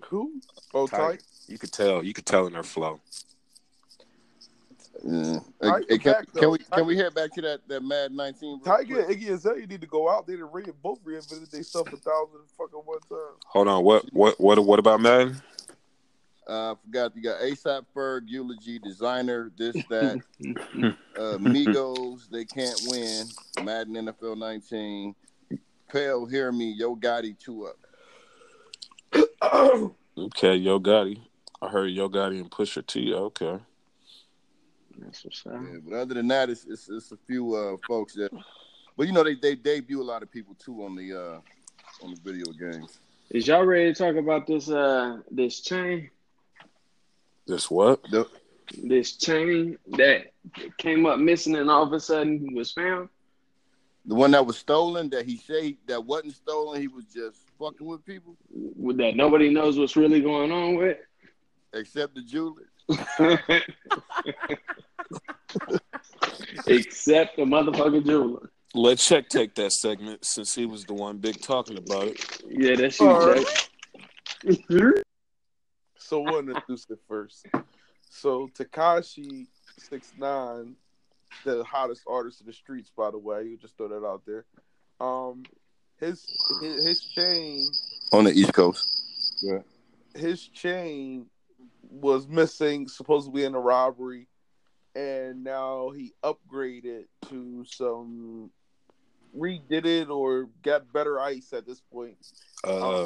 D: Who? Oh,
A: Tiger.
D: tight.
A: You could tell. You could tell in her flow.
E: Hey,
D: Tiger
E: hey, can,
D: back,
E: can
D: though.
E: we can we head back to that that Mad 19? real
D: Tiger
E: quick?
D: and Iggy Azalea need to go out. They done re- both reinvented themselves a thousand fucking one time.
A: Hold on. What? What? What? What about Madden?
E: Uh, I forgot you got ASAP Ferg, Eulogy, Designer, this that, uh, Migos. They can't win. Madden NFL 19. Pale, hear me. Yo, Gotti, two up.
A: Okay, Yo Gotti. I heard Yo Gotti and Pusha T. Okay.
C: That's what's up.
E: Yeah, but other than that, it's it's, it's a few uh, folks that, but you know they, they debut a lot of people too on the uh, on the video games.
C: Is y'all ready to talk about this uh this chain?
A: This what?
E: The
C: This chain that came up missing and all of a sudden was found.
E: The one that was stolen, that he said that wasn't stolen, he was just fucking with people,
C: with- That nobody knows what's really going on with.
E: except the jeweler.
C: Except the motherfucking jeweler.
A: Let Check take that segment since he was the one big talking about it.
C: Yeah, that's you, Jake.
D: So we'll introduce it first. So Takashi six nine, the hottest artist in the streets, by the way. You just throw that out there. Um, his his, his chain
E: On the East Coast.
D: his chain was missing, supposedly in a robbery, and now he upgraded to some redid it or got better ice at this point.
A: Uh,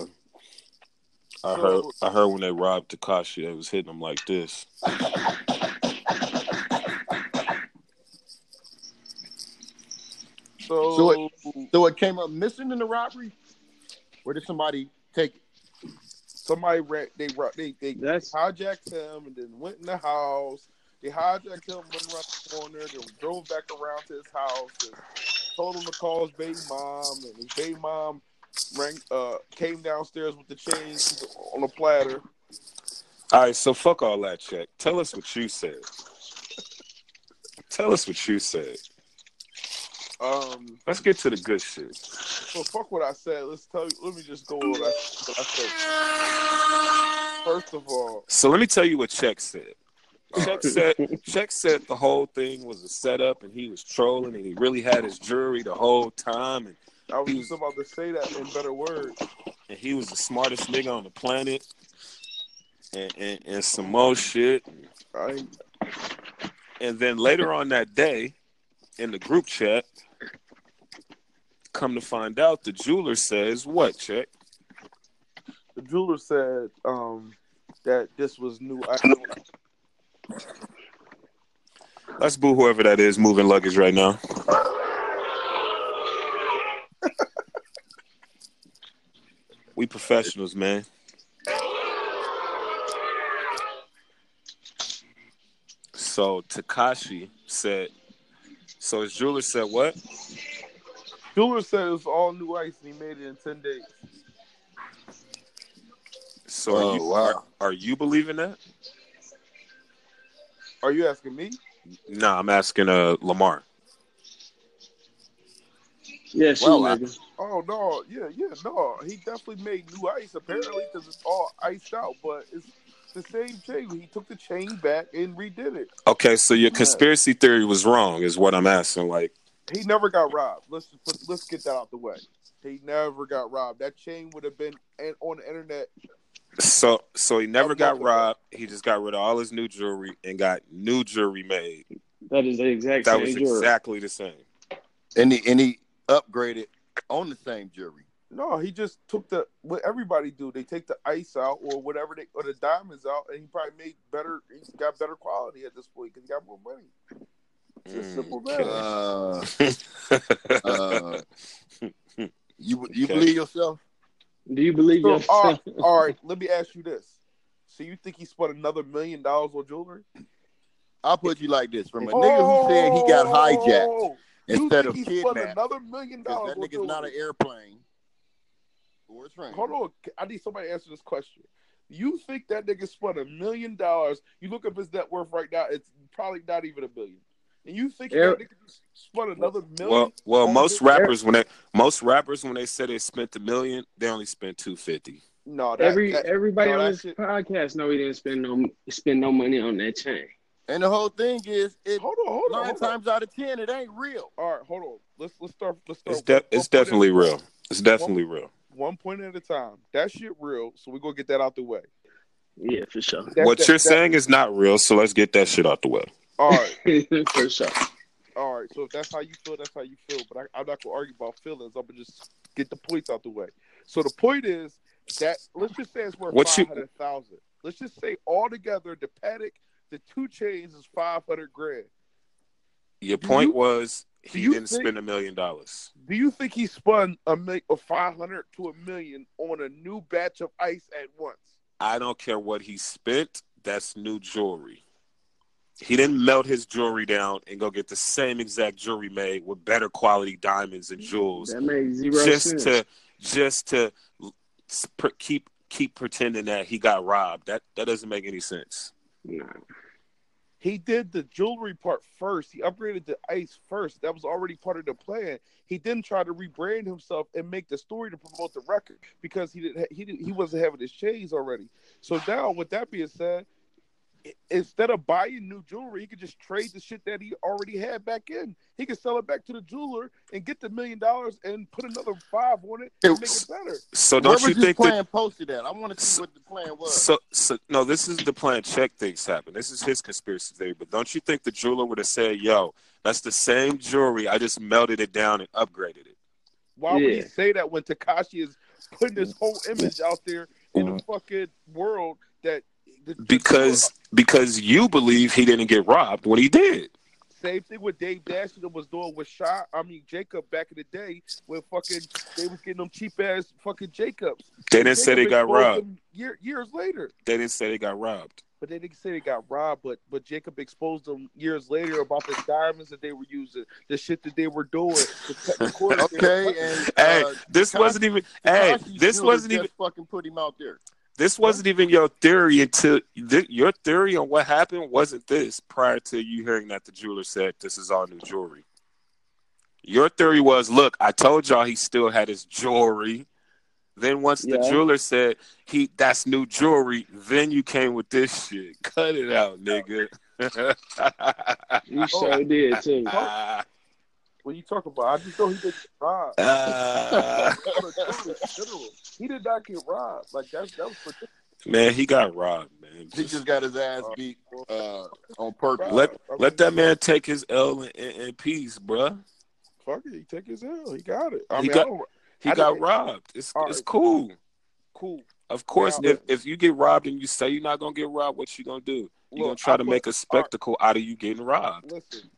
A: I
D: So-
A: heard I heard when they robbed Takashi, they was hitting him like this.
D: So,
E: So So it came up missing in the robbery, or did somebody take it?
D: somebody ran, they ro- they they
C: That's
D: hijacked him and then went in the house. They hijacked him, went around the corner, then drove back around to his house and told him to call his baby mom. And his baby mom rang, uh, came downstairs with the chains on a platter.
A: All right, so fuck all that, Check. Tell us what you said. Tell us what you said.
D: Um,
A: Let's get to the good shit.
D: well, fuck what I said. Let's tell you. Let me just go with what I, what I said. First of all,
A: So let me tell you what Check said. Check said Check said the whole thing was a setup, and he was trolling, and he really had his jewelry the whole time, and,
D: I was just about to say that in better words.
A: and he was the smartest nigga on the planet, and and, and some more shit.
D: I ain't-
A: And then later on that day, in the group chat, come to find out, the jeweler says what? Check.
D: the jeweler said um, that this was new. ice.
A: Let's boo whoever that is moving luggage right now. we professionals, man. So Takashi said. So his jeweler said what?
D: Jeweler said it was all new ice, and he made it in ten days.
A: So are,
E: Oh,
A: you,
E: wow.
A: are, are you believing that?
D: Are you asking me?
A: No, I'm asking uh Lamar.
C: yeah, shoot,
E: Well, I-
C: nigga.
D: Oh no, yeah, yeah, no. He definitely made new ice apparently because it's all iced out, but it's the same chain. He took the chain back and redid it.
A: Okay, so your conspiracy theory was wrong, is what I'm asking. Like,
D: He never got robbed. Let's just put, let's get that out the way. He never got robbed. That chain would have been and on the internet.
A: so so he never
D: I'm
A: got
D: not-
A: robbed. He just got rid of all his new jewelry and got new jewelry made.
C: that is the exact
A: That
C: same
A: was
C: jewelry.
A: exactly the same.
E: And he, and he upgraded on the same jury.
D: No, he just took the what everybody do. They take the ice out or whatever they or the diamonds out, and he probably made better. He got better quality at this point because he got more money. It's just simple math.
E: Uh,
A: Mm.
E: uh, you you
A: Okay.
E: believe yourself?
C: Do you believe
D: So, oh,
C: yourself?
D: all, right, all right, let me ask you this. So you think he spent another million dollars on jewelry?
E: I'll put you like this: from a nigga who said he got hijacked
D: Oh, You
E: instead of
D: think he spent
E: kidnapped,
D: another million
E: because
D: dollars
E: that
D: on
E: nigga's not an
D: jewelry?
E: airplane or a train.
D: Hold on, I need somebody to answer this question. You think that nigga spent a million dollars? You look up his net worth right now; it's probably not even a billion. And you think
C: Air-
D: that nigga spent another million?
A: well, well,
D: on
A: most
D: this-
A: rappers when they most rappers when they say they spent a million, they only spent two fifty.
D: no, that,
C: Every
D: Every, that,
C: everybody
D: no,
C: on
D: that
C: this
D: shit-
C: podcast know he didn't spend no spend no money on that chain.
E: And the whole thing is, it
D: hold on, hold on,
E: nine
D: hold on.
E: times out of ten, it ain't real.
D: All right, hold on. Let's let's start. Let's start.
A: It's de- it's
D: I'll put it-
A: definitely real. It's definitely real.
D: one point at a time. That shit real, so we're gonna get that out the way.
C: Yeah, for sure.
D: That-
A: what
D: that-
A: you're
D: that-
A: saying is not real, so let's get that shit out the way.
D: All right,
C: for sure.
D: all right. So if that's how you feel, that's how you feel. But I, I'm not gonna argue about feelings. I'm gonna just get the points out the way. So the point is that let's just say it's worth
A: What you-
D: five hundred thousand. Let's just say altogether the paddock, the two chains is five hundred grand.
A: Your
D: Do
A: point
D: you-
A: was he
D: you
A: didn't
D: think-
A: spend a million dollars.
D: Do you think he spun a mil- a five hundred to a million on a new batch of ice at once?
A: I don't care what he spent. That's new jewelry. He didn't melt his jewelry down and go get the same exact jewelry made with better quality diamonds and jewels
C: That makes zero
A: just
C: sense.
A: to just to s- per- keep keep pretending that he got robbed. That that doesn't make any sense.
C: Nah.
D: He did the jewelry part first. He upgraded the ice first. That was already part of the plan. He didn't try to rebrand himself and make the story to promote the record because he didn't. ha- He didn't, he wasn't having his shades already. So now, with that being said, i- instead of buying new jewelry, he could just trade the shit that he already had back in. He could sell it back to the jeweler and get the million dollars and put another five on it and make it better.
A: So
E: Where
A: don't
E: was
A: you
E: this
A: think that
E: plan posted at? I want to see what the plan was.
A: so so no, this is the plan check things happen. This is his conspiracy theory, but don't you think the jeweler would have said, Yo, that's the same jewelry, I just melted it down and upgraded it.
D: Why would he
C: Yeah.
D: say that when Takashi is putting his whole image out there in the fucking world that the,
A: Mm-hmm. Because because you believe he didn't get robbed when he did.
D: same thing with Dave Dasher that was doing with Shy, I mean Jacob back in the day when fucking they was getting them cheap ass fucking Jacobs.
A: They didn't say they
D: Jacob
A: got
D: exposed
A: robbed.
D: them Year, years later,
A: They didn't say they got robbed.
D: but they didn't say they got robbed. But but Jacob exposed them years later about the diamonds that they were using, the shit that they were doing. The technical-
E: Okay, and
A: Hey,
E: uh,
A: this
E: Takashi-
A: wasn't even hey,
E: Takashi
A: this
E: should've
A: wasn't
E: just
A: even
E: fucking put him out there.
A: this wasn't even your theory until th- your theory on what happened wasn't this prior to you hearing that the jeweler said this is all new jewelry. Your theory was, look, I told y'all he still had his jewelry. Then once the
C: Yeah.
A: jeweler said he that's new jewelry, then you came with this shit. Cut it out, nigga.
C: You sure did too.
A: Ah,
D: What you talking about? I just know he didn't get robbed.
A: ah.
D: In general, he did not get robbed. Like that's that was for
A: man, he got robbed, man.
E: He just got his ass beat uh, on purpose.
A: let let that man take his L in, in, in peace, bruh.
D: Fuck it, he took his L. He got it. I
A: He
D: mean,
A: got-
D: I don't,
A: He
D: I
A: got
D: didn't-
A: robbed. It's
D: All
A: it's
D: right.
A: cool.
D: cool.
A: Of course,
D: Yeah.
A: if, if you get robbed and you say you're not gonna get robbed, what you gonna do? You
D: Look,
A: gonna try
D: I
A: to
D: put-
A: make a spectacle out of you getting robbed.
D: Listen,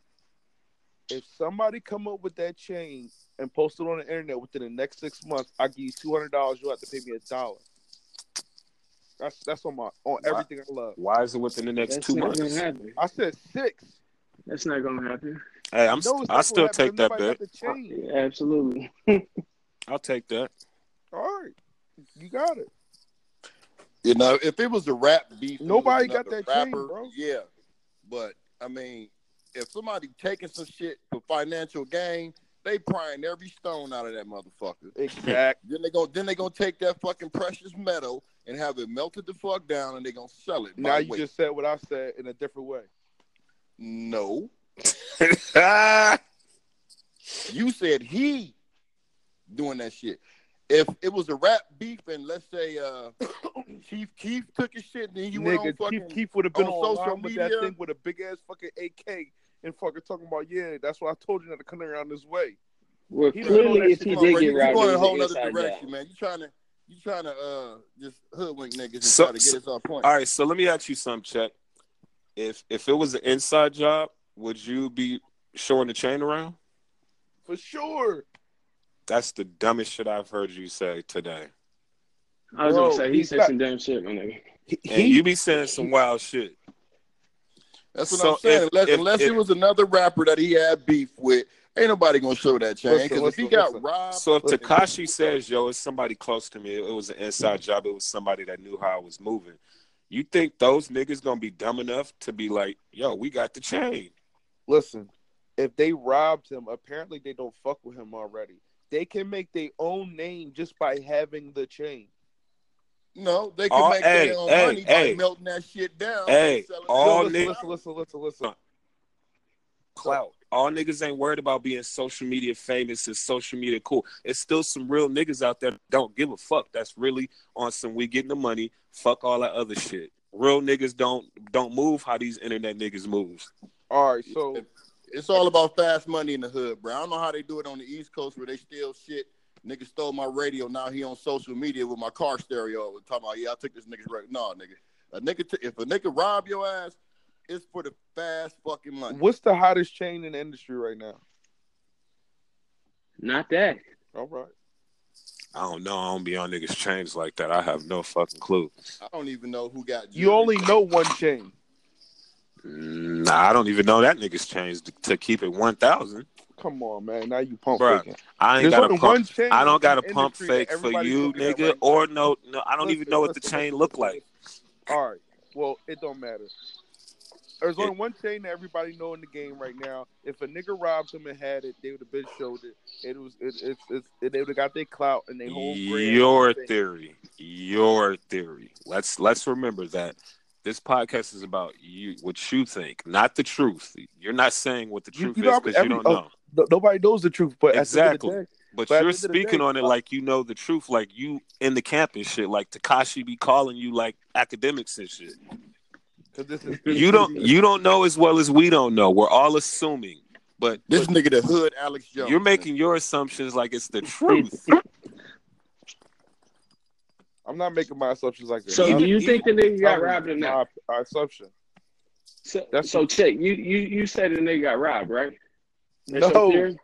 D: if somebody come up with that chain and post it on the internet within the next six months, I give you two hundred dollars. You have to pay me a dollar. That's that's on my on everything I love.
A: Why is it within the next
C: That's
A: two
C: not
A: months?
C: gonna happen.
D: I said six.
C: That's not gonna happen.
A: Hey, I'm
D: No, it's
A: st- I
D: not
A: still
D: gonna happen
A: take
D: if
A: that
D: nobody
A: bet.
D: got the chain.
C: Yeah, absolutely.
A: I'll take that.
D: All right, you got it.
E: You know, if it was a rap beef, it was
D: Nobody got
E: another
D: that chain, bro.
E: Yeah, but I mean, if somebody taking some shit for financial gain, they prying every stone out of that motherfucker.
D: Exactly.
E: Then they go, then they gonna take that fucking precious metal and have it melted the fuck down, and they gonna sell it.
D: now
E: by
D: you
E: weight.
D: just said what I said in a different way.
E: no.
A: Ah!
E: You said he doing that shit. If it was a rap beef, and let's say uh, Chief Keef took his shit, then you went on
D: Nigga,
E: fucking.
D: Keith, Keith would have been
E: on
D: on
E: social
D: social with that
E: media.
D: thing with a big ass fucking AK and fucking talking about yeah, that's why I told you not to come around this way.
C: Well,
D: He don't know that
C: clearly, if
D: shit
C: he
E: Come on,
C: did
E: bro,
C: get
E: you-
C: robbed,
E: you
C: it
E: going
C: was
E: a
C: an
E: whole other
C: inside
E: direction,
C: job.
E: man. You trying to you trying to uh just hoodwink niggas and
A: So-
E: try to get us off point.
A: All right, so let me ask you something, Chuck. If if it was an inside job, would you be showing the chain around?
D: For sure.
A: That's the dumbest shit I've heard you say today.
C: I was
D: Bro,
C: gonna say he
D: he's
C: said
D: got-
C: some damn shit, my nigga.
A: And you be saying some wild shit.
E: That's what
A: so
E: I'm saying.
A: if-
E: unless
A: if-
E: unless
A: if-
E: it was another rapper that he had beef with, ain't nobody gonna show that chain.
D: Listen,
E: Because if he
D: listen,
E: got
D: listen.
E: robbed,
A: So if
E: listen,
A: Takashi says, "Yo, it's somebody close to me. It was an inside job. It was somebody that knew how I was moving." You think those niggas gonna be dumb enough to be like, "Yo, we got the chain."
D: Listen, if they robbed him, apparently they don't fuck with him already. They can make their own name just by having the chain.
E: no, they can
A: All-
E: make
A: hey,
E: their own
A: hey,
E: money
A: hey.
E: by melting that shit down.
A: Hey,
E: and selling it.
A: all
D: Yo,
A: niggas-
D: listen, listen, listen, listen, listen.
A: Clout. All niggas ain't worried about being social media famous and social media cool. It's still some real niggas out there that don't give a fuck. That's really on some we getting the money. Fuck all that other shit. Real niggas don't don't move how these internet niggas move.
D: All right, so
E: It's all about fast money in the hood, bro. I don't know how they do it on the East Coast where they steal shit. Nigga stole my radio. Now he on social media with my car stereo. Talking about yeah, I took this nigga's record. No, nigga, a nigga t- if a nigga rob your ass, it's for the fast fucking money.
D: what's the hottest chain in the industry right now?
C: Not that.
D: All right.
A: I don't know. I don't be on niggas chains like that. I have no fucking clue.
E: I don't even know who got
D: You only know one chain.
A: Nah, I don't even know that nigga's changed to keep it one thousand.
D: Come on, man. Now you pump
A: Bruh,
D: faking.
A: I ain't
D: There's
A: got a
D: only
A: pump.
D: one chain.
A: I don't
D: in
A: got a
D: the
A: pump
D: industry that
A: fake for
D: everybody's
A: you,
D: looking at
A: nigga.
D: right now.
A: or no, no, I don't even
D: Listen,
A: know what the
D: listen,
A: chain
D: listen,
A: look
D: listen,
A: like.
D: All right. Well, it don't matter. There's
A: It-
D: only one chain that everybody know in the game right now. If a nigga robbed him and had it, they would have been showed it. It was it, it, it, it they would have got their clout and they whole brand.
A: Your
D: thing.
A: theory, your theory. Let's let's remember that this podcast is about you, what you think, not the truth. You're not saying what the
D: You-
A: truth
D: you know,
A: is because you
D: every-
A: don't
D: oh,
A: know,
D: No- Nobody knows the truth, but
A: Exactly.
D: at the end of the
A: but
D: but at
A: you're
D: the end of the
A: speaking
D: day,
A: on it
D: uh,
A: like you know the truth, like you in the camp and shit, like Takashi be calling you like academics and shit.
D: day, 'cause this is
A: You don't you don't know as well as we don't know. We're all assuming, but
E: This nigga the hood Alex Jones.
A: you're making your assumptions like it's the truth.
D: I'm not making my assumptions like that.
C: So
D: I'm-
C: do you
A: Even-
C: think the nigga got
D: I'm-
C: robbed or not?
D: my, my assumption.
C: So,
D: That's-
C: so check. You you you said the nigga got robbed, right? That's
D: No.
C: your theory?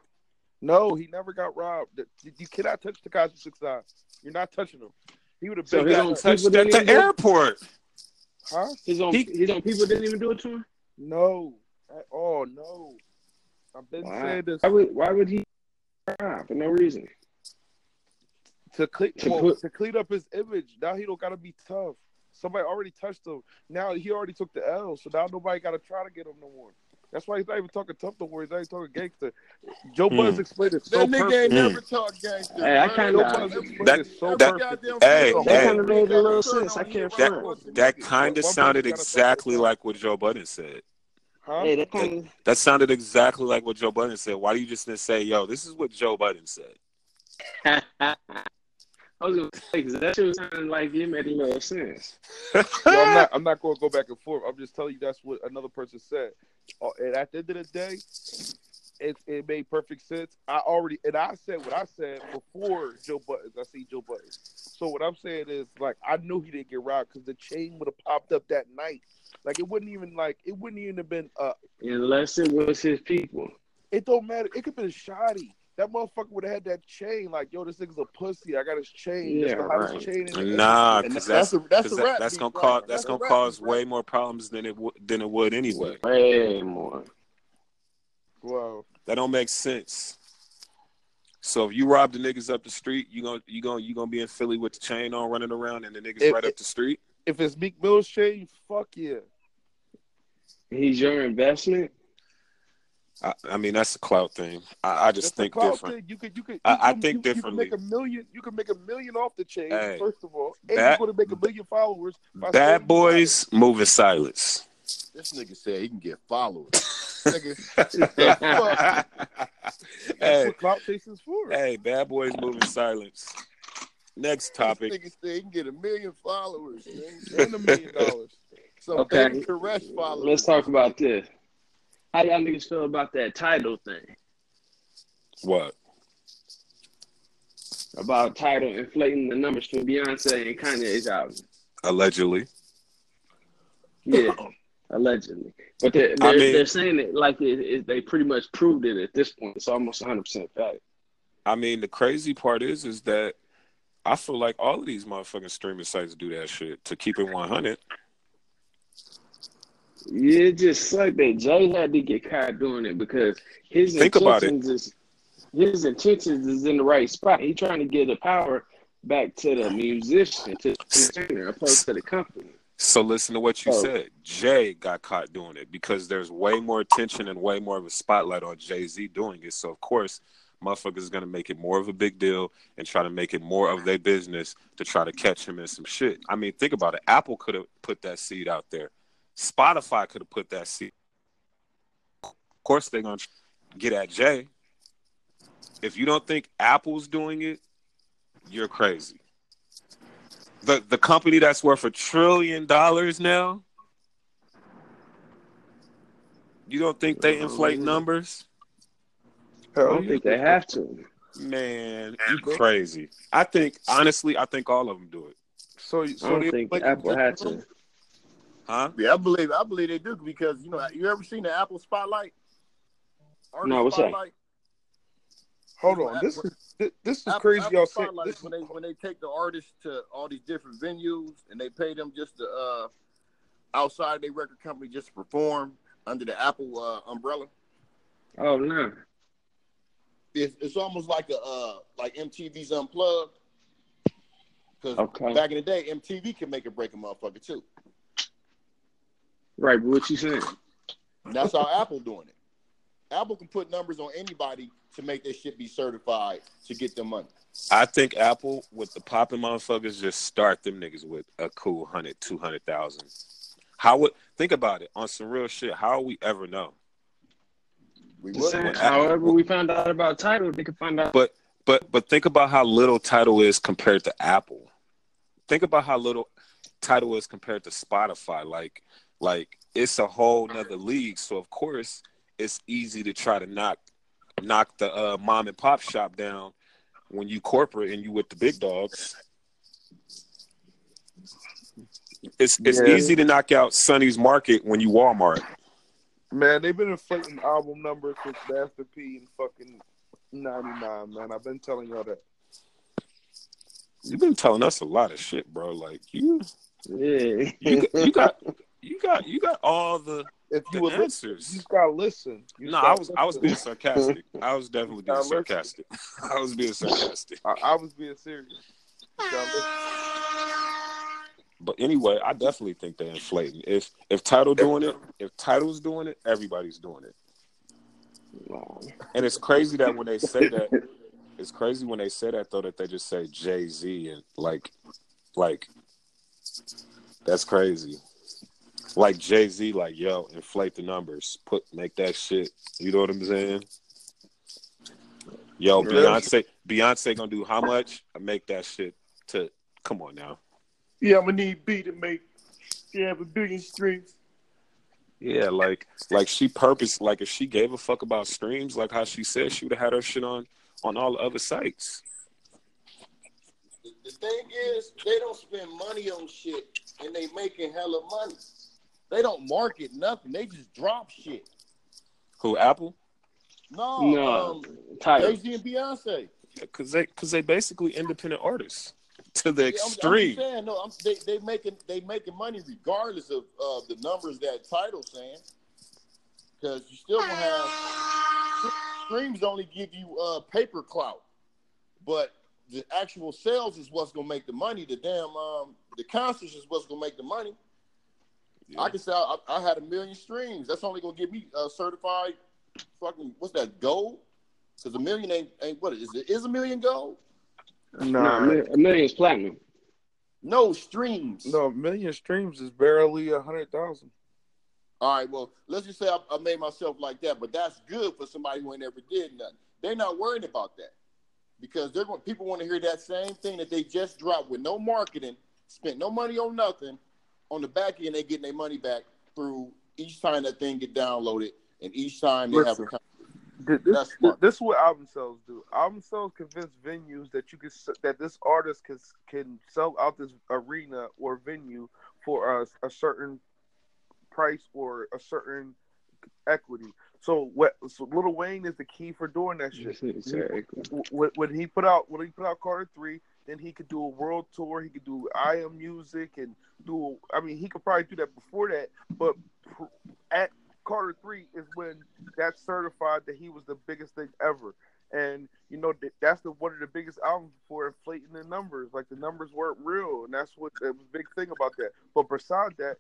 D: No, he never got robbed. Th- You cannot touch Takashi Six Nine. You're not touching him. He would have
C: So
D: been
C: he
D: got-
C: don't
A: Touched
C: people
A: at
C: didn't
A: the
C: even do it?
A: airport.
D: Huh?
C: His own
A: He-
C: his own people didn't even do it to him.
D: No. At all. No. I've been
C: Wow.
D: saying this
C: Why would why would he rob for no reason?
D: to clean
C: To
D: well,
C: put-
D: to clean up his image. Now he don't gotta be tough. Somebody already touched him. Now he already took the L, so now nobody gotta try to get him no more. That's why he's not even talking tough no more. He's not even talking gangster. Joe
A: Hmm.
D: Buzz explained it so
E: that nigga
D: perfect.
E: ain't
A: Mm.
E: never talked gangster.
C: Hey, I
E: bruh.
C: kinda-
D: Joe
E: Nobody-
D: Buzz
E: every-
D: explained
A: That-
D: it so
E: every
A: that-
E: goddamn
D: perfect.
A: hey,
E: thing-
A: That hey.
C: kinda made a little
E: Got a shirt
C: sense, I
E: on,
C: can't
E: you
A: front.
E: want to
A: That
E: nigga.
A: kind of
D: One person
A: sounded
D: gotta touch
A: exactly
D: the-
A: like what Joe Budden said.
D: Huh?
C: Hey, that kind of
A: That sounded exactly like what Joe Budden said. Why do you just didn't say, "Yo, this is what Joe Budden said"?
C: I was gonna say 'cause that shit was sounding like it made a little sense.
D: No, I'm not. I'm not going to go back and forth. I'm just telling you that's what another person said. Uh, and at the end of the day, it it made perfect sense. I already and I said what I said before Joe Buttons. I see Joe Buttons. So what I'm saying is like I knew he didn't get robbed because the chain would have popped up that night. Like it wouldn't even like it wouldn't even have been. Uh,
C: Unless it was his people.
D: it don't matter. It could have been shoddy. That motherfucker would have had that chain. Like yo, this nigga's a pussy. I got his chain. It's
C: Yeah,
D: the hottest
C: right.
D: chain. In the
A: nah,
E: And
A: because that's
E: that's a that's
A: cause
E: a
A: that,
E: rap.
A: that's
E: beat,
A: gonna
E: bruh.
A: cause that's
E: That's
A: gonna
E: a rap
A: cause
E: beat, bruh.
A: way more problems than it would than it would anyway.
C: Way more.
D: Wow.
A: That don't make sense. So if you rob the niggas up the street, you gonna you gonna you gonna be in Philly with the chain on running around and the niggas
D: If-
A: right up the street.
D: If it's Meek Mill's chain, fuck yeah.
C: He's your investment.
A: I, I mean, that's a clout thing. I, I just
D: That's a
A: think
D: clout
A: different.
D: thing. You could, you could.
A: I-
D: you-
A: I
D: you-
A: think
D: you-
A: differently.
D: You can make a million. You can make a million off the chain.
A: Hey,
D: first of all, and
A: that-
D: you're going to make a million followers. by saying
A: Bad
D: you
A: boys move in silence.
E: This nigga said he can get followers. nigga,
C: Fuck.
D: got it. That's
A: hey,
D: what clout chasing's for.
A: hey, bad boys move in silence. Next
E: This
A: topic.
E: nigga said he can get a million followers. nigga.
D: And a million dollars.
E: Some
C: Okay.
E: David Koresh followers.
C: Let's talk about this. How y'all niggas feel about that title thing?
A: What?
C: About title inflating the numbers for Beyonce and Kanye's album.
A: Allegedly.
C: Yeah, allegedly. But they're,
A: I
C: they're,
A: mean-
C: they're saying it like it, it, they pretty much proved it at this point. It's almost 100% fact.
A: I mean, the crazy part is, is that I feel like all of these motherfucking streaming sites do that shit to keep it one hundred.
C: Yeah, it just sucked that Jay had to get caught doing it because his
A: Think about it.
C: intentions is his intentions is in the right spot. He trying to give the power back to the musician, to the singer, opposed to the company.
A: So listen to what you
C: Oh.
A: said. Jay got caught doing it because there's way more attention and way more of a spotlight on Jay Z doing it. So of course, motherfuckers is gonna make it more of a big deal and try to make it more of their business to try to catch him in some shit. I mean, think about it. Apple could have put that seed out there. Spotify could have put that seed. Of course, they're gonna get at Jay. If you don't think Apple's doing it, you're crazy. The the company that's worth a trillion dollars now. You don't think they inflate numbers?
C: I don't think they have to.
A: Man, you crazy. I think honestly, I think all of them do it.
D: So,
C: I
D: so
C: don't
D: they
C: think
D: like,
C: Apple had to.
A: Huh?
E: Yeah, I believe I believe they do because you know you ever seen the Apple Spotlight? Artist
C: No, what's that?
D: hold on. This is this, this is
E: Apple-
D: crazy.
E: Apple
D: y'all said
E: Spotlight
D: this
E: is when they when they take the artists to all these different venues and they pay them just to uh outside their record company just to perform under the Apple uh, umbrella.
C: Oh no.
E: It's, it's almost like a uh, like MTV's Unplugged. Because
C: Okay.
E: back in the day, MTV can make or break a motherfucker too.
C: Right, but what you saying?
E: And that's how Apple doing it. Apple can put numbers on anybody to make their shit be certified to get their money.
A: I think Apple with the popping motherfuckers just start them niggas with a cool 100, 200,000. How would think about it on some real shit? How we ever know?
E: We
C: The
E: would.
C: same.
A: what-
C: However, we found out about title, they could find out.
A: But but but think about how little title is compared to Apple. Think about how little title is compared to Spotify. Like like it's a whole nother league. So of course it's easy to try to knock knock the uh, mom and pop shop down when you corporate and you with the big dogs. It's it's
D: Yeah.
A: easy to knock out Sonny's Market when you Walmart.
D: Man, they've been inflating album numbers since Master P and fucking '99. Man, I've been telling y'all that.
A: You've been telling us a lot of shit, bro. Like you
C: Yeah.
A: you, got- you got you got you got all the
D: If
A: the
D: you would listen, you
A: answers.
D: just gotta listen. You
A: No,
D: just gotta
A: I was I was
D: listen.
A: being sarcastic. I was definitely being
D: Gotta listen.
A: sarcastic. I was being sarcastic.
D: I, I was being serious. You gotta listen.
A: But anyway, I definitely think they're inflating. If if title doing it, if title's doing it, everybody's doing it.
C: Wow.
A: And it's crazy that when they say that, it's crazy when they say that though that they just say Jay Z and like, like, that's crazy. Like Jay Z, like yo, inflate the numbers, put make that shit. You know what I'm saying? Yo, Beyonce, Beyonce gonna do how much? Make that shit to come on now.
E: Yeah, I'm gonna need B to make. Yeah, have a billion streams.
A: Yeah, like like she purpose like if she gave a fuck about streams, like how she said she would have had her shit on on all the other sites.
E: The, the thing is, they don't spend money on shit, and they making hella money. They don't market nothing. They just drop shit.
A: Who Apple?
E: No,
C: No.
E: um, Jay
C: Title.
E: Z and Beyonce.
A: Because they because they basically independent artists to the
E: Yeah, I'm- I'm just
A: extreme.
E: saying, no, I'm, they they making they making money regardless of uh, the numbers that title saying, because you still gonna have streams only give you uh, paper clout, but the actual sales is what's gonna make the money. The damn um, the concerts is what's gonna make the money.
A: Yeah.
E: I can sell. I, I had a million streams. That's only gonna get me uh, certified. Fucking what's that gold? Because a million ain't, ain't what is it? Is a million gold?
D: Nah,
C: Nah, a mil- a million is platinum.
E: No streams.
D: no, a million streams is barely a hundred thousand.
E: All right, well, let's just say I, I made myself like that, but that's good for somebody who ain't ever did nothing. They're not worried about that because they're going. People want to hear that same thing that they just dropped with no marketing, spent no money on nothing. On the back end, they getting their money back through each time that thing get downloaded and each time they have. A,
D: Listen.
E: con-
D: Th-
E: That's
D: This,
E: smart.
D: this is what album sales do. Album sales convince venues that you can s- that this artist can s- can sell out this arena or venue for a, a certain price or a certain equity. So what? So Little Wayne is the key for doing that shit. Wh- wh- when he put out when he put out Carter three, then he could do a world tour. He could do I Am Music and do. I mean, he could probably do that before that, but pr- at Carter three is when that certified that he was the biggest thing ever. And you know th- that's the one of the biggest albums for inflating the numbers. Like the numbers weren't real, and that's what that was a big thing about that. But besides that,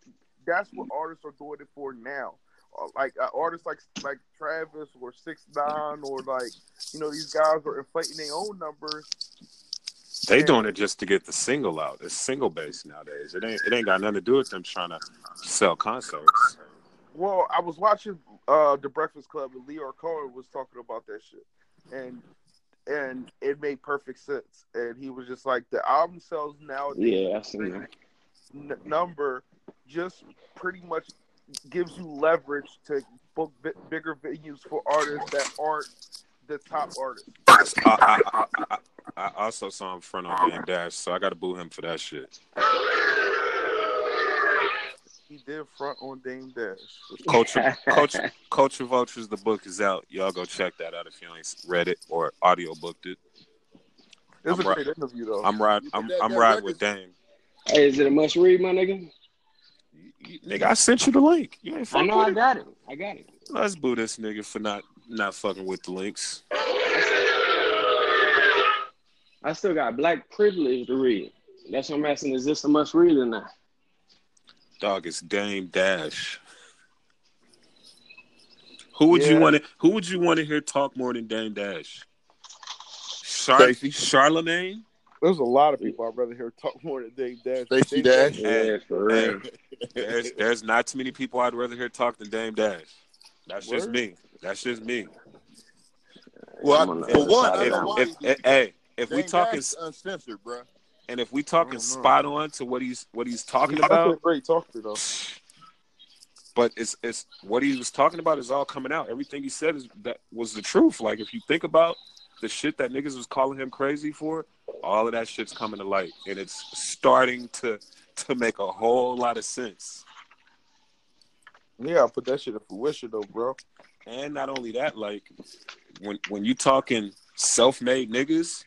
D: that's what artists are doing it for now. Uh, Like uh, artists like like Travis or Six Nine or like you know, these guys are inflating their own numbers.
A: They doing it just to get the single out. It's single based nowadays. It ain't it ain't got nothing to do with them trying to sell concerts.
D: Well, I was watching uh The Breakfast Club and Leo Cohen was talking about that shit. And and it made perfect sense. And he was just like the album sales nowadays
C: Yeah, I seen that.
D: n- number just pretty much gives you leverage to book bi- bigger venues for artists that aren't the top artists.
A: I, I, I, I, I also saw him front on Van Dash, so I got to boo him for that shit.
D: He did front on Dame Dash.
A: Culture, culture, culture vultures. The book is out. Y'all go check that out if you ain't read it or audio booked it.
D: It was
A: I'm
D: a
A: ri-
D: great interview though.
A: I'm riding. I'm, I'm riding with Dame.
C: Hey, is it a must read, my nigga?
A: Nigga, I sent you the link. You ain't
C: I
A: fucking
C: know Oh, I
A: with
C: got it. I got it.
A: it. Let's boo this nigga for not not fucking with the links.
C: I still got black privilege to read. That's what I'm asking. Is this a must read or not?
A: Dog, it's Dame Dash. Who would you
D: Yeah.
A: want to? Who would you want to hear talk more than Dame Dash? Char-
E: Stacey.
A: Charlemagne.
D: There's a lot of people I'd rather hear talk more than Dave Dash.
E: Stacey
D: Dave
E: Dash.
A: Yeah,
C: for
A: real. There's, there's not too many people I'd rather hear talk than Dame Dash. That's just
D: Word.
A: me. That's just me.
E: Well,
C: I'm on
E: I,
C: the
E: for
C: other
E: one,
C: side
E: I
C: of that.
E: don't know
A: If, if,
E: why
A: if hey, if
E: Dame
A: we talking
E: Dash is uncensored, bro.
A: and if we
D: I
A: talking
D: don't know.
A: spot on to what he's what he's talking
D: Dash. That's a
A: about,
D: great talker though.
A: but it's it's what he was talking about is all coming out. Everything he said is that was the truth. Like if you think about the shit that niggas was calling him crazy for, all of that shit's coming to light, and it's starting to to make a whole lot of sense.
D: Yeah, I put that shit in fruition though, bro.
A: And not only that, like when when you talking self made niggas,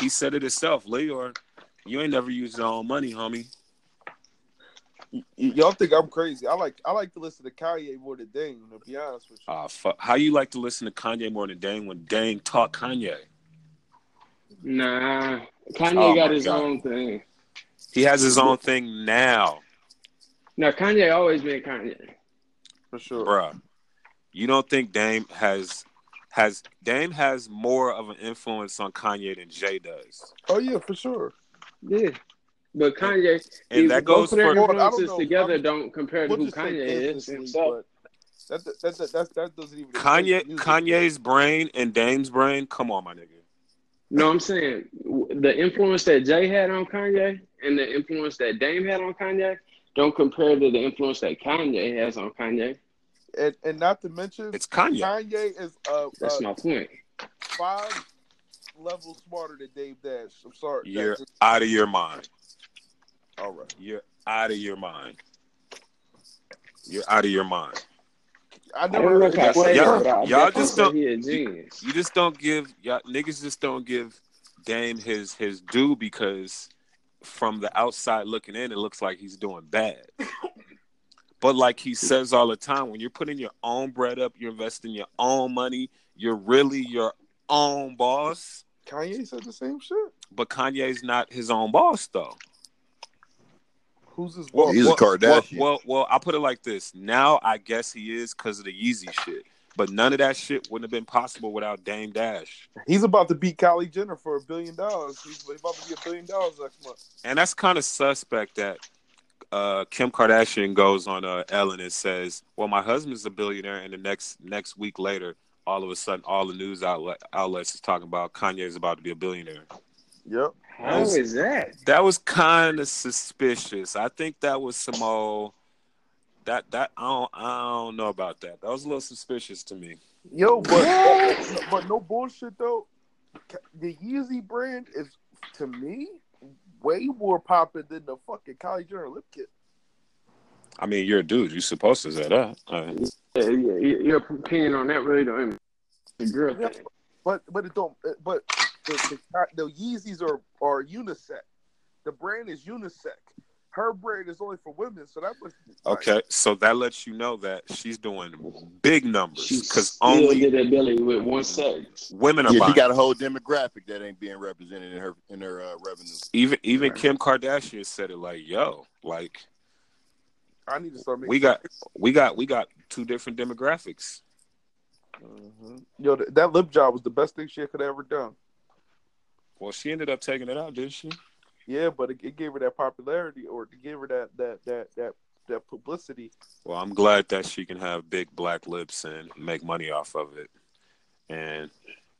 A: he said it himself, Leor. You ain't never used your own money, homie.
D: Y- y- y'all think I'm crazy? I like I like to listen to Kanye more than Dame. To be honest with you,
A: Ah, fuck. How you like to listen to Kanye more than Dane when Dane taught Kanye?
C: Nah, Kanye
A: Oh,
C: got
A: my
C: his
A: God.
C: own thing.
A: He has his own thing now.
C: Now Kanye always been Kanye.
D: for sure.
A: Bruh, you don't think Dame has has Dame has more of an influence on Kanye than Jay does?
D: Oh yeah, for sure.
C: Yeah, but Kanye,
A: And
C: these-
A: that goes
C: both of their
A: for
D: Well, I don't
C: influences
D: know.
C: together
D: I'm-
C: don't compare to
D: We'll
C: who
D: just say
C: Kanye is
D: businessly,
C: himself.
D: but that, that, that, that, that doesn't even
A: Kanye
D: include music.
A: Kanye's brain and Dame's brain. Come on, my nigga.
C: No, I'm saying w- the influence that Jay had on Kanye and the influence that Dame had on Kanye don't compare to the influence that Kanye has on Kanye.
D: and, and not to mention
A: It's Kanye.
D: Kanye is uh,
C: That's
D: uh
C: my point.
D: five levels smarter than Dave Dash. I'm sorry.
A: You're
D: That's it.
A: out of your mind.
D: all right.
A: You're out of your mind. You're out of your mind.
D: I
C: I don't
D: never
C: know
D: heard
C: if I
D: that
C: say
A: said
D: word.
A: y'all-
C: that, but I
A: y'all
C: definitely
A: just
C: say
A: don't-
C: he a genius.
A: you just don't give y'all niggas just don't give Dame his his due because from the outside looking in, it looks like he's doing bad. but like he says all the time, when you're putting your own bread up, you're investing your own money, you're really your own boss.
D: Kanye said the same shit.
A: But Kanye's not his own boss though.
D: Who's his
A: Well,
D: boss?
E: He's a
A: well,
E: Kardashian.
A: Well, well, well, I'll put it like this. Now I guess he is because of the Yeezy shit. But none of that shit wouldn't have been possible without Dame Dash.
D: He's about to beat Kylie Jenner for a billion dollars. He's about to get a billion dollars next month.
A: and that's kind of suspect that uh, Kim Kardashian goes on uh, Ellen and says, "Well, my husband's a billionaire," and the next next week later, all of a sudden, all the news outlet, outlets is talking about Kanye's about to be a billionaire.
D: Yep.
C: How
A: Yes.
C: is that?
A: That was kind of suspicious. I think that was some old that that I don't I don't know about that. That was a little suspicious to me.
D: Yo, but but no bullshit though. Ka- The Yeezy brand is to me way more popping than the fucking Kylie Jenner lip kit.
A: I mean, you're a dude. You're supposed to say that. Uh,
C: Yeah, yeah, yeah, your opinion on that really don't. The girl
D: Yeah.
C: thing.
D: But but it don't. uh, But the, the, the Yeezys are are unisex. The brand is unisex. Her brand is only for women, so that was
A: okay, so that lets you know that she's doing big numbers
C: She
A: because
C: still
A: only
C: did that Billy with one sex.
A: women are
E: Yeah, she
A: buying.
E: got a whole demographic that ain't being represented in her in her uh, revenue.
A: even even Kim Kardashian said it like, yo, like
D: I need to start making.
A: we got we got we got two different demographics.
D: Mhm. Yo, th- that lip job was the best thing she could have ever done.
A: Well, she ended up taking it out, didn't she?
D: Yeah, but it, it gave her that popularity, or it gave her that that that that that publicity.
A: Well, I'm glad that she can have big black lips and make money off of it. And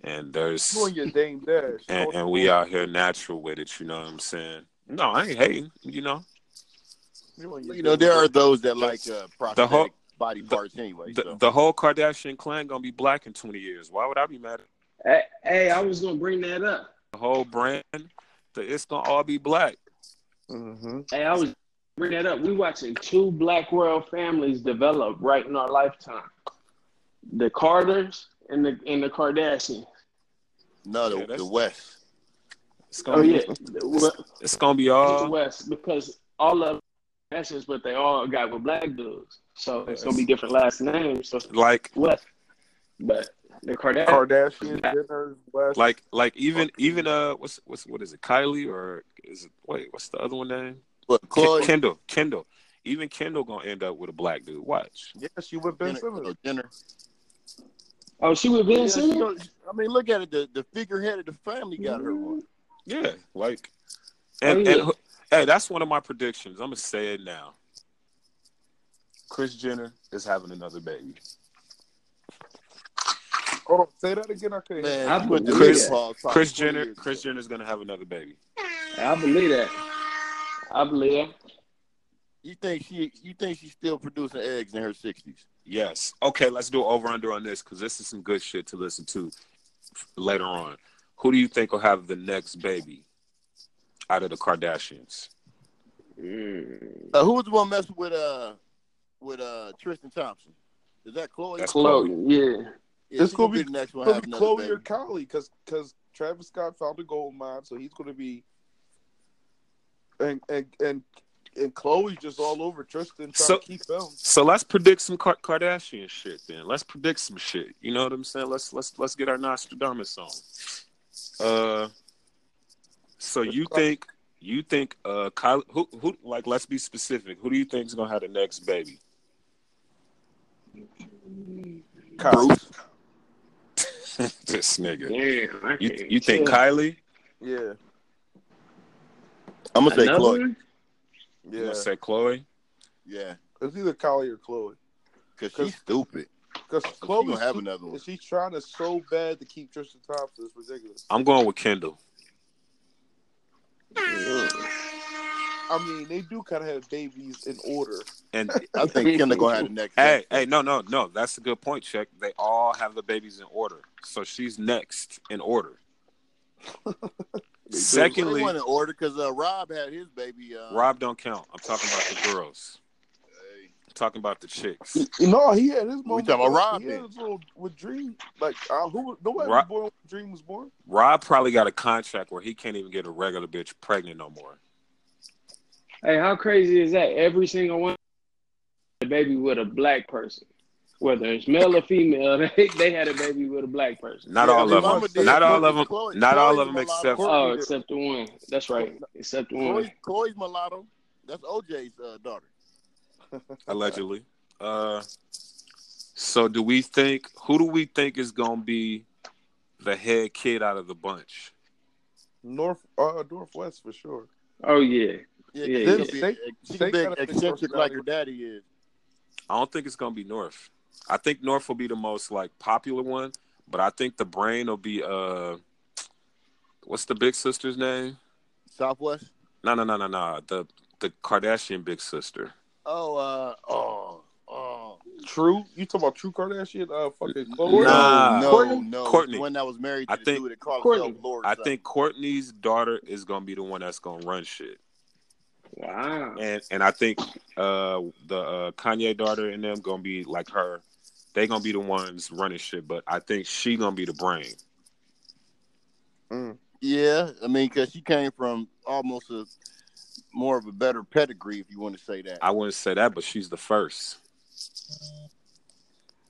A: and there's
D: You and your Dame Dash,
A: and, and we out here natural with it, you know what I'm saying? No, I ain't hating, you know.
D: You, and your
E: You know,
D: Dame
E: there are
D: Dash.
E: those that like uh, prosthetic
A: The whole-
E: body
A: the-
E: parts anyway.
A: The,
E: so.
A: the whole Kardashian clan gonna be black in 20 years. Why would I be mad at
C: Hey, hey, I was gonna bring that up.
A: the whole brand? It's gonna all be black.
D: Mhm.
C: Hey, I was bring that up. We watching two black royal families develop right in our lifetime. The Carters and the and the Kardashians.
E: no,
A: Yeah,
E: the,
A: that's-
E: the West.
A: It's gonna
C: Oh yeah,
A: be, it's gonna be
C: the
A: all
C: West because all of essence, but they all got with black dudes. So it's gonna be different last names. So
A: Like
C: what? But the Kardashians.
D: Mm-hmm. Kardashian dinners, West.
A: like like even even uh what's what's what is it Kylie or is it wait what's the other one name
E: Look,
A: Ken-
E: Chloe
A: Kendall Kendall even Kendall gonna end up with a black dude watch
D: yes, you with Ben
E: Jenner,
D: Simmons.
E: or Jenner.
C: oh, she with
E: Yeah,
C: Ben
E: she
C: Simmons.
E: don't- I mean, look at it. The, the figurehead of the family got her on.
C: Mm-hmm.
A: yeah like and,
C: Oh, yeah.
A: and who- hey that's one of my predictions I'm gonna say it now Chris Jenner is having another baby
D: Hold on, say that again. I couldn't. hear.
E: Man,
C: I
E: she went to
C: believe
E: Chris
C: that.
E: Paul. probably
A: Chris
E: 20
A: Jenner
E: years
A: Chris
E: ago.
A: Jenner is gonna have another baby
C: I believe that. I believe. that.
E: You think she? You think she's still producing eggs in her sixties?
A: yes okay let's do over under on this because this is some good shit to listen to f- later on who do you think will have the next baby out of the Kardashians
E: Uh, who was the one messing with uh with uh Tristan Thompson? Is that Chloe?
A: That's
C: Chloe, yeah.
E: Yeah,
D: It's
E: she gonna
D: gonna
E: be
D: be-
E: the next one.
D: It'll
E: Have
D: be
E: another
D: Chloe
E: baby.
D: or Kylie, because because Travis Scott found a gold mine, so he's gonna be. And and and and Chloe's just all over Tristan trying
A: So-
D: to keep him.
A: So let's predict some Kar- Kardashian shit then. Let's predict some shit. You know what I'm saying? Let's let's let's get our Nostradamus on. Uh, so you think you think uh Kylie, who who like let's be specific. Who do you think's gonna have the next baby?
D: Kylie.
A: this nigga.
C: Damn, I
A: You
C: can't
A: you think
C: tell.
A: Kylie?
D: Yeah,
E: I'm gonna say
C: Another
E: Chloe.
C: one?
A: You
D: yeah.
A: gonna say Chloe?
E: Yeah,
D: It's either Kylie or Chloe.
E: because
D: Cause-
E: she's stupid.
D: Because
E: She
D: Chloe
E: gonna have another one.
D: She's trying to so bad to keep Tristan Thompson. It's ridiculous.
A: I'm going with Kendall.
D: I mean, they do kind of have babies in order.
A: And
E: I think Kendall gonna have the next.
A: hey, hey, no, no, no. That's a good point, check. They all have the babies in order. So she's next in order.
D: do.
E: Secondly,
A: Secondly,
E: one in order because uh, Rob had his baby. Uh,
A: Rob don't count. I'm talking about the girls.
E: hey,
A: I'm talking about the chicks.
D: No, he had his moment.
E: talking about Rob
D: He
E: then.
D: had his little with Dream. Like uh, who? Nobody
A: Rob-
D: was born when Dream was born.
A: Rob probably got a contract where he can't even get a regular bitch pregnant no more.
C: Hey, how crazy is that? Every single one, a baby with a black person, whether it's male or female, they, they had a baby with a black person.
A: Not
D: Yeah,
A: all
D: his
A: of
D: mama
A: them.
D: did.
A: Not all of them.
E: Chloe-
A: Not all
E: Chloe's
A: of them
E: mulatto.
A: except.
D: Course.
C: Oh, except the one. That's right, except the one.
E: Chloe, Chloe's mulatto. That's OJ's uh, daughter.
A: allegedly. Uh, so do we think who do we think is gonna be the head kid out of the bunch?
D: North, uh, Northwest for sure.
C: Oh yeah, Yeah,
E: Yeah, yeah,
C: yeah.
E: She,
D: They-
E: she
D: they
E: can be
D: gotta fix
E: eccentric like her
D: personality.
E: daddy is.
A: I don't think it's gonna be North. I think North will be the most like popular one, but I think the brain will be uh, what's the big sister's name?
E: Southwest.
A: No, no, no, no, no. The the Kardashian big sister.
E: Oh, uh, oh, oh.
D: True, you talking about True Kardashian? Uh, fucking Chloe.
A: Nah.
E: no,
D: Courtney?
E: no.
A: Courtney.
E: The one that was married to
A: I
E: the
A: think-
E: dude that called
C: Courtney.
E: himself Lord.
A: I
E: something.
A: think Courtney's daughter is gonna be the one that's gonna run shit,
C: wow.
A: and and I think uh the uh, Kanye daughter and them gonna be like her. They gonna be the ones running shit, but I think she gonna be the brain.
E: Yeah, I mean, because she came from almost a more of a better pedigree, if you want to say that.
A: I wouldn't say that, but she's the first.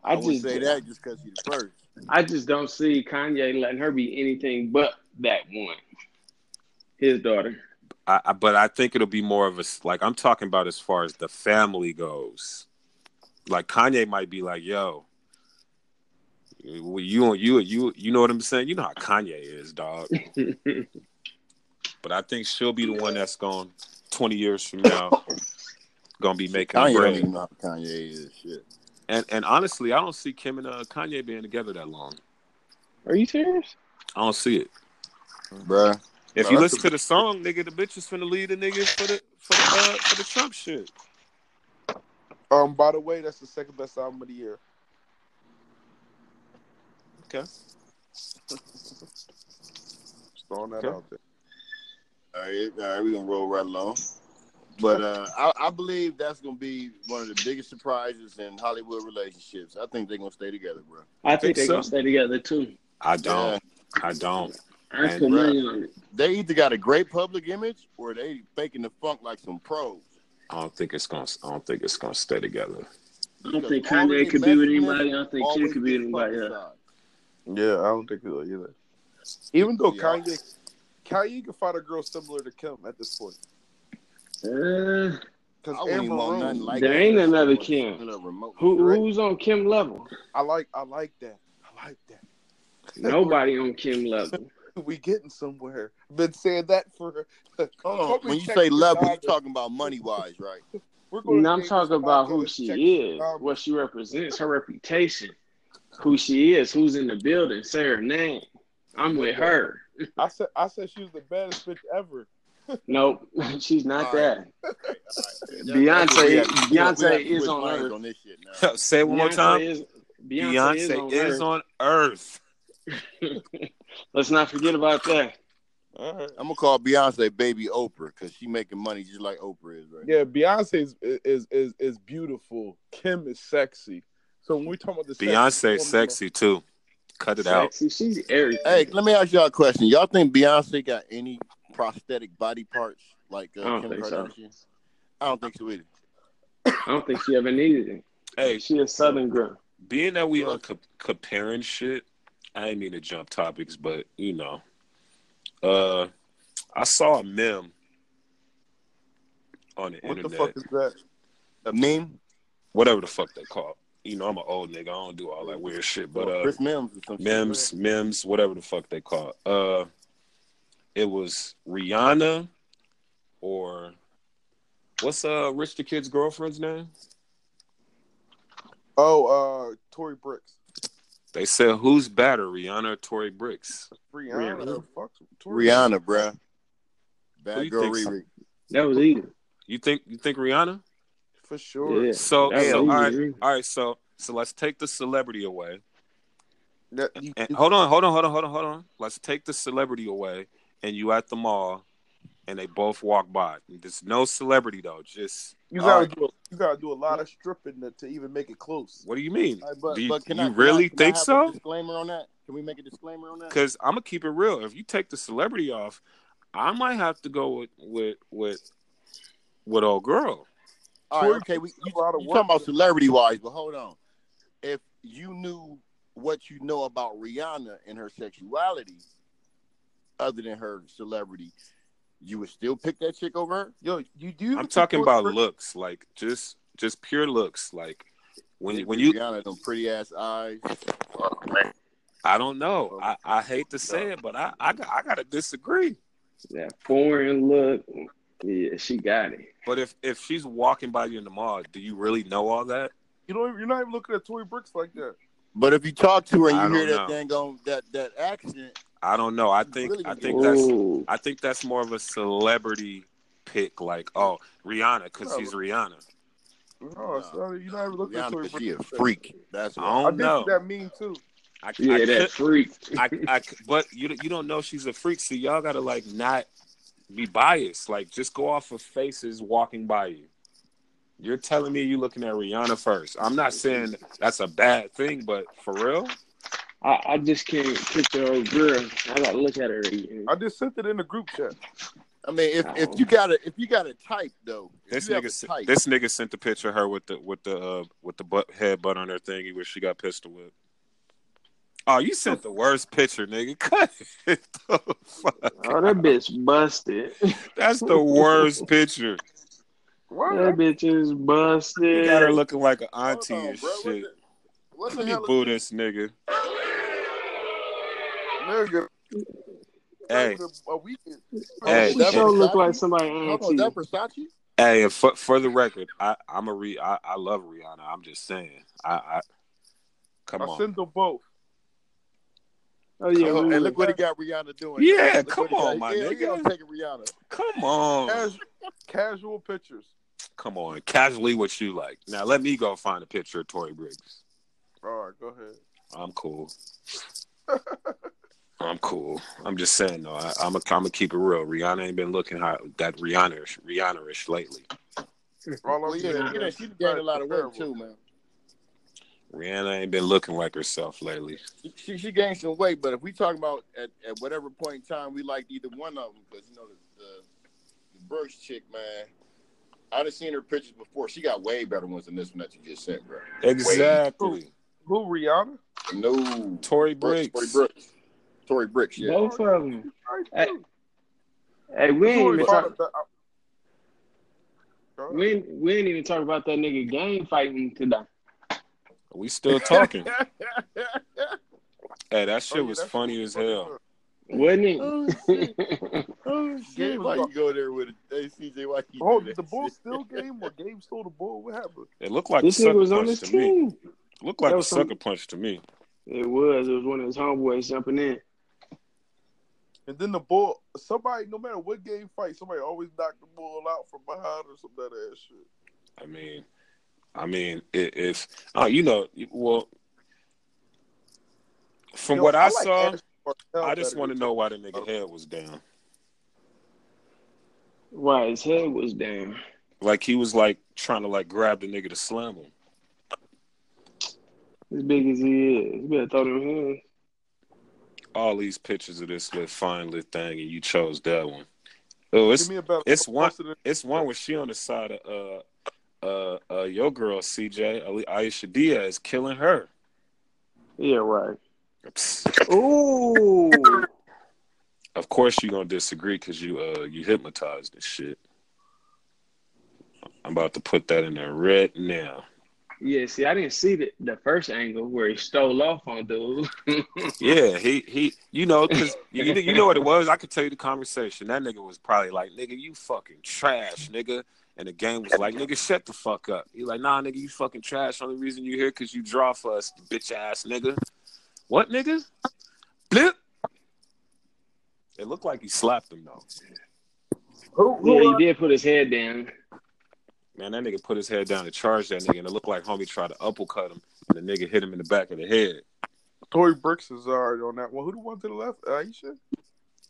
E: I,
C: I
E: would
C: just,
E: say that just because she's the first.
C: I just don't see Kanye letting her be anything but that one. His daughter.
A: I, I but I think it'll be more of a s- like I'm talking about as far as the family goes. Like Kanye might be like, "Yo, you you you you, you know what I'm saying? You know how Kanye is, dog." But I think she'll be the one that's going 20 years from now, going to be making
E: Kanye
A: a
E: don't
A: bread.
E: even know how Kanye is. Shit.
A: And and honestly, I don't see Kim and uh, Kanye being together that long.
C: Are you serious?
A: I don't see it.
E: Bruh.
A: If
E: No,
A: you
E: that's
A: listen to the song, nigga, the bitch is finna lead the nigga for the for the, uh, for the Trump shit.
D: Um, by the way, that's the second best album of the year.
A: Okay.
D: Just throwing that
A: Okay.
D: out there.
E: All right, all right, we're going to roll right along. But uh, I, I believe that's going to be one of the biggest surprises in Hollywood relationships. I think they're going to stay together, bro. Uh,
C: I
A: Think
C: think, they're
A: so?
C: gonna stay together too.
A: I don't. I don't.
C: I
A: And
C: put
E: bruh.
C: money on it.
E: They either got a great public image or they faking the funk like some pros.
A: I don't think it's gonna. I don't think it's gonna stay together.
C: I don't think Kanye could be with anybody. I don't think Kid could be with anybody. else.
D: Yeah, I don't think so either. Even though
E: Yeah.
D: Kanye, Kanye could find a girl similar to Kim at this point.
C: Uh,
E: I
D: Because
E: wouldn't
D: Amber
E: want
D: Rose,
E: nothing like
C: There
E: that.
C: ain't another Kim.
E: Not remote.
C: who
E: Right.
C: who's on Kim level?
D: I like, I like that. I like that.
C: Nobody on Kim level.
D: We getting somewhere. Been saying that for.
E: Hold on.
D: Probably
E: When you
D: check
E: say
D: the
E: level,
D: dollar.
E: you're talking about money wise, right?
D: We're gonna
C: And I'm
D: take
C: talking
D: this
C: about who
D: podcast, check
C: she is,
D: the dollar.
C: what she represents, her reputation, who she is, who's in the building, say her name. I'm with her.
D: I said, I said she was the baddest bitch ever.
C: Nope, she's not
E: All
C: that.
E: right.
C: Beyonce-
E: We have- we have- we have
C: Beyonce
E: to
C: is
E: switch
C: on
E: lanes
C: Earth.
E: this shit now.
A: Say it one more
C: Beyonce
A: time.
C: is- Beyonce,
A: Beyonce,
C: is on.
A: is
C: her.
A: on Earth.
C: Let's not forget about that.
D: All right.
E: I'm gonna call Beyonce baby Oprah because she making money just like Oprah is right.
D: Yeah, Beyonce is is is, is beautiful. Kim is sexy. So when we talking about the sexy
A: Beyonce
D: woman-
A: sexy too. Cut it out.
C: Sexy, she's everything.
E: now. Hey, let me ask y'all a question. Y'all think Beyonce got any prosthetic body parts like uh,
C: I don't
E: Kim
C: think so.
E: Kardashian? I don't think so either.
C: I don't think she ever needed it.
A: Hey,
C: She a Southern girl.
A: being that we on co- comparing shit, I ain't mean to jump topics, but you know, uh, I saw a meme on the
D: What
A: internet,
D: the fuck is that?
E: A meme,
A: whatever the fuck they call. It. You know, I'm an old nigga. I don't do all that weird shit, but
E: Or
A: uh,
E: Chris Mims or something.
A: memes, memes, whatever the fuck they call. It. Uh, it was Rihanna or what's uh Rich the Kid's girlfriend's name?
D: Oh, uh, Tory Bricks.
A: They said who's better, Rihanna or Tory Bricks?
D: Rihanna.
C: Rihanna.
D: Fuck Tory
E: Rihanna, bruh.
A: Who
E: Bad
A: you
E: girl
A: think's-
E: Riri.
C: That was easy.
A: You think you think Rihanna?
D: Bricks, for sure.
C: Yeah.
A: So,
C: That was
A: so all right,
C: easy.
A: all right. So, so let's take the celebrity away.
D: That- you-
A: And hold on, hold on, hold on, hold on, hold on. Let's take the celebrity away, and you at the mall, and they both walk by. There's no celebrity though. Just
D: you
E: All
D: gotta
E: right.
D: do. You gotta do a lot of stripping to, to even make it close.
A: what do you mean?
E: All right, but,
A: do you,
E: but can
A: you
E: I, can I-
A: really
E: can I
A: think
E: have
A: so?
E: A disclaimer on that? Can we make a disclaimer on that?
A: Because I'm gonna keep it real. If you take the celebrity off, I might have to go with with with with old girl.
E: All right,
D: Tory
E: okay, we
D: Bricks
E: you,
D: do a lot of
E: you
D: work.
E: talking about celebrity wise, but hold on. If you knew what you know about Rihanna and her sexuality, other than her celebrity, you would still pick that chick over her.
D: Yo, you do. even
A: I'm
D: think
A: talking
D: Tory
A: about
D: Bricks-
A: looks, like just just pure looks. Like when
E: Nigga,
A: when you
E: Rihanna, them pretty ass eyes.
A: I don't know. I, I hate to say it, but I I, got- I gotta disagree.
C: That foreign look. Yeah, she got it.
A: But if if she's walking by you in the mall, do you really know all that?
D: You don't. even- You're not even looking at Tory Bricks like that.
E: But if you talk to her
A: I
E: and you hear
A: don't
E: that
A: know.
E: thing on that that accent,
A: I don't know. I think
E: Really?
A: I think that's
C: Ooh.
A: I think that's more of a celebrity pick. Like oh Rihanna because she's Rihanna.
D: No, it's not- you're not even looking at Tory
E: Rihanna,
D: Bricks.
E: she a
D: like that.
E: freak. That's
A: I
E: why.
D: I
A: don't
D: did
A: know.
D: see that meme too.
A: I, I
C: Yeah, that
A: could-
C: freak.
A: I, I, but you, you don't know she's a freak, so y'all gotta like not be biased. Like just go off of faces walking by you. You're telling me you looking at Rihanna first. I'm not saying that's a bad thing, but for real,
C: I, I just can't picture her girl. I gotta look at her again.
D: I just sent it in the group chat.
E: I mean, if, if you got a if you got a type though, if
A: this
E: you have a
A: nigga, sen-
E: type,
A: this nigga sent the picture of her with the with the uh, with the butt headbutt on her thingy where she got pistol whipped. Oh, you sent the worst picture, nigga. Cut it. the fuck.
C: Oh, that bitch busted. that
A: That's the worst picture.
D: What?
C: bitch is
A: You
C: busted.
A: got her looking like an
E: Hold
A: auntie
E: on,
A: and
E: bro, what
A: shit.
E: the- What the
A: Let me
E: hell? is-
A: boo this nigga.
D: Nigga,
A: Hey,
D: a weekend.
A: Hey,
C: she
E: that
C: sure
E: was-
C: look like somebody
E: Hold
C: auntie.
E: on, is that Versace?
A: hey, and for, for the record, I, I'm a re, I, I love Rihanna. I'm just saying, I, I come
D: I
A: on,
D: sent them both.
C: oh yeah,
E: Oh,
C: remember.
E: and look what he got Rihanna doing.
A: Yeah,
E: Look
A: come
E: what he
A: on,
E: got.
A: my
E: yeah,
A: nigga.
E: Yeah, I'm taking Rihanna.
A: come on,
D: Cas- casual pictures.
A: come on, casually what you like. Now let me go find a picture of Tory Briggs.
D: All right, go ahead.
A: I'm cool. I'm cool. I'm just saying though. I, I'm a, I'm gonna keep it real. Rihanna ain't been looking hot that Rihanna-ish, Rihanna-ish lately.
D: All I'm
E: Well, Oh, yeah,
D: saying
E: yeah,
D: is
E: she
D: she's
E: gained
D: not
E: a lot of weight
D: comparable.
E: too, man.
A: Rihanna ain't been looking like herself lately.
E: She- She she gained some weight, but if we talking about at, at whatever point in time, we liked either one of them because you know the, the the Brooks chick, man.
F: I done seen her pictures before. She got way better ones than this one that you just sent, bro.
A: Exactly.
D: Who Rihanna?
F: No.
A: Tory
F: Brooks,
A: Bricks.
F: Tory Brooks. Tory Brooks, yeah.
C: Both of them.
D: Right
C: Hey,
D: there.
C: Hey, we ain't
D: Tory
C: even
D: Lanez,
C: talk,
D: but I- Go ahead.
C: we ain't, we ain't even talk about that nigga gang fighting today.
A: We still talking.
D: Oh,
A: hey, that shit
D: yeah,
A: was
D: that shit
A: funny as hell.
C: Wasn't
F: Oh, shit.
C: it?
F: Oh, shit. Why you go there with it? Hey, CJ, why you
D: Oh,
F: do
D: did
F: that
D: the bull
F: shit?
D: still game or game stole the bull? What happened?
A: It looked like
C: this
A: a sucker
C: nigga was on
A: punch
C: his
A: to me.
C: team.
A: Looked like
C: That
A: a
C: was some-
A: sucker punch to me.
C: It was. It was one of his homeboys jumping in.
D: And then the bull, somebody, no matter what game fight, somebody always knocked the bull out from behind or some of that ass shit.
A: I mean, I mean, i- if oh, you know, well, from
D: Yo,
A: what I,
D: like
A: saw,
D: Ashley Bartell
A: I just
D: better
A: want to
D: than-
A: know why the nigga head was down.
C: Why his head was down.
A: Like he was like trying to like grab the nigga to slam him.
C: As big as he is, you better throw them hands.
A: All these pictures of this lit fine lit thing, and you chose that one. Oh, it's
D: Give me a better.
A: it's one-
D: closer than-
A: It's one where she on the side of uh uh uh your girl CJ Ali- Aisha Diaz killing her.
C: Yeah, right.
A: Psst.
C: Ooh,
A: Of course you gonna disagree because you uh you hypnotized this shit. I'm about to put that in there right now.
C: yeah. See, I didn't see the, the first angle where he stole off on dude.
A: Yeah, he he, you know, because you, you know- you know what it was. I could tell you the conversation. That nigga was probably like, "Nigga, you fucking trash, nigga." And the game was like, "Nigga, shut the fuck up." He like, "Nah, nigga, you fucking trash. Only reason you here because you draw for us, bitch ass nigga." What nigga? Blip. It looked like he slapped him though.
C: yeah, he did put his head down.
A: Man, that nigga put his head down to charge that nigga, and it looked like homie tried to uppercut him, and the nigga hit him in the back of the head.
D: Tory Brooks is already on that one. Who the one to the left? Aisha.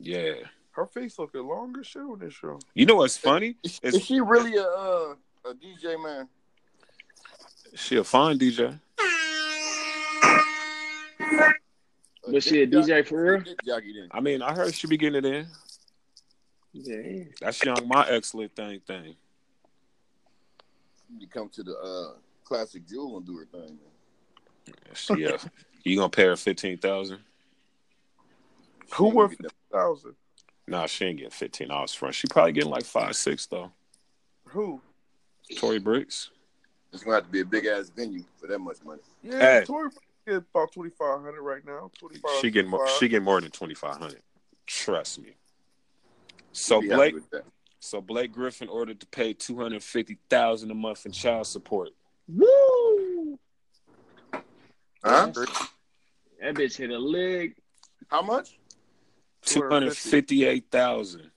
A: Yeah.
D: Her face looking longer shit on this show.
A: You know what's funny?
E: Is,
A: It's-
E: is she really a uh, a DJ man?
A: She a fine DJ.
E: A
C: But she a
E: dick jockey-
C: DJ for real?
E: dick Jockey then.
A: I mean, I heard she be getting it in.
C: Yeah.
A: That's young my ex lit thing thing.
E: She need to come to the uh, classic jewel and do her thing, man.
A: She, uh, you gonna pay her fifteen thousand?
E: She
D: Who
E: ain't
D: won
E: gonna
D: fifty
E: get
D: thousand?
A: Nah, she ain't getting fifteen dollars front. She probably getting like five six though.
D: Who?
A: Tory Bricks.
E: that. It's gonna have to be a big ass venue for that much money.
D: Yeah,
A: Hey.
D: Tory Brooks get about twenty five hundred right now. Twenty five.
A: She getting more. She getting more than twenty five hundred. Trust me. So
E: Be happy
A: Blake,
E: with that.
A: so Blake Griffin ordered to pay two hundred fifty thousand a month in child support.
C: Woo!
E: Huh?
C: That bitch hit a leg.
E: How much?
A: Two hundred fifty eight thousand.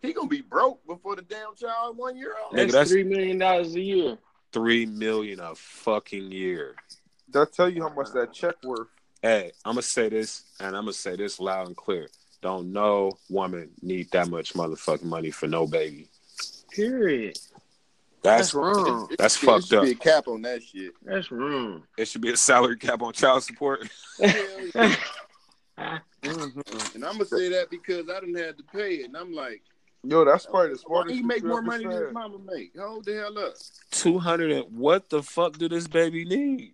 E: He gonna be broke before the damn child one year old.
A: Nigga,
C: That's,
A: that's-
C: three million dollars a year.
A: Three million a fucking year.
D: That tell you how much that check worth.
A: Hey, I'm gonna say this, and I'm gonna say this loud and clear. Don't no woman need that much motherfucking money for no baby.
C: Period.
A: That's
C: wrong.
A: Mm, That's
E: It should-
A: fucked
E: it should
A: up.
E: Be a cap on that shit.
C: That's wrong.
A: it should be a salary cap on child support.
E: Hell yeah.
D: Mhm.
E: And I'm gonna say that because I didn't have to pay it, and I'm like,
D: Yo, that's probably the
E: why
D: smartest.
E: he
D: shit
E: make
D: you
E: more
D: ever
E: money than
D: said.
E: his mama make? Hold the hell up.
A: Two hundred and what the fuck do this baby need?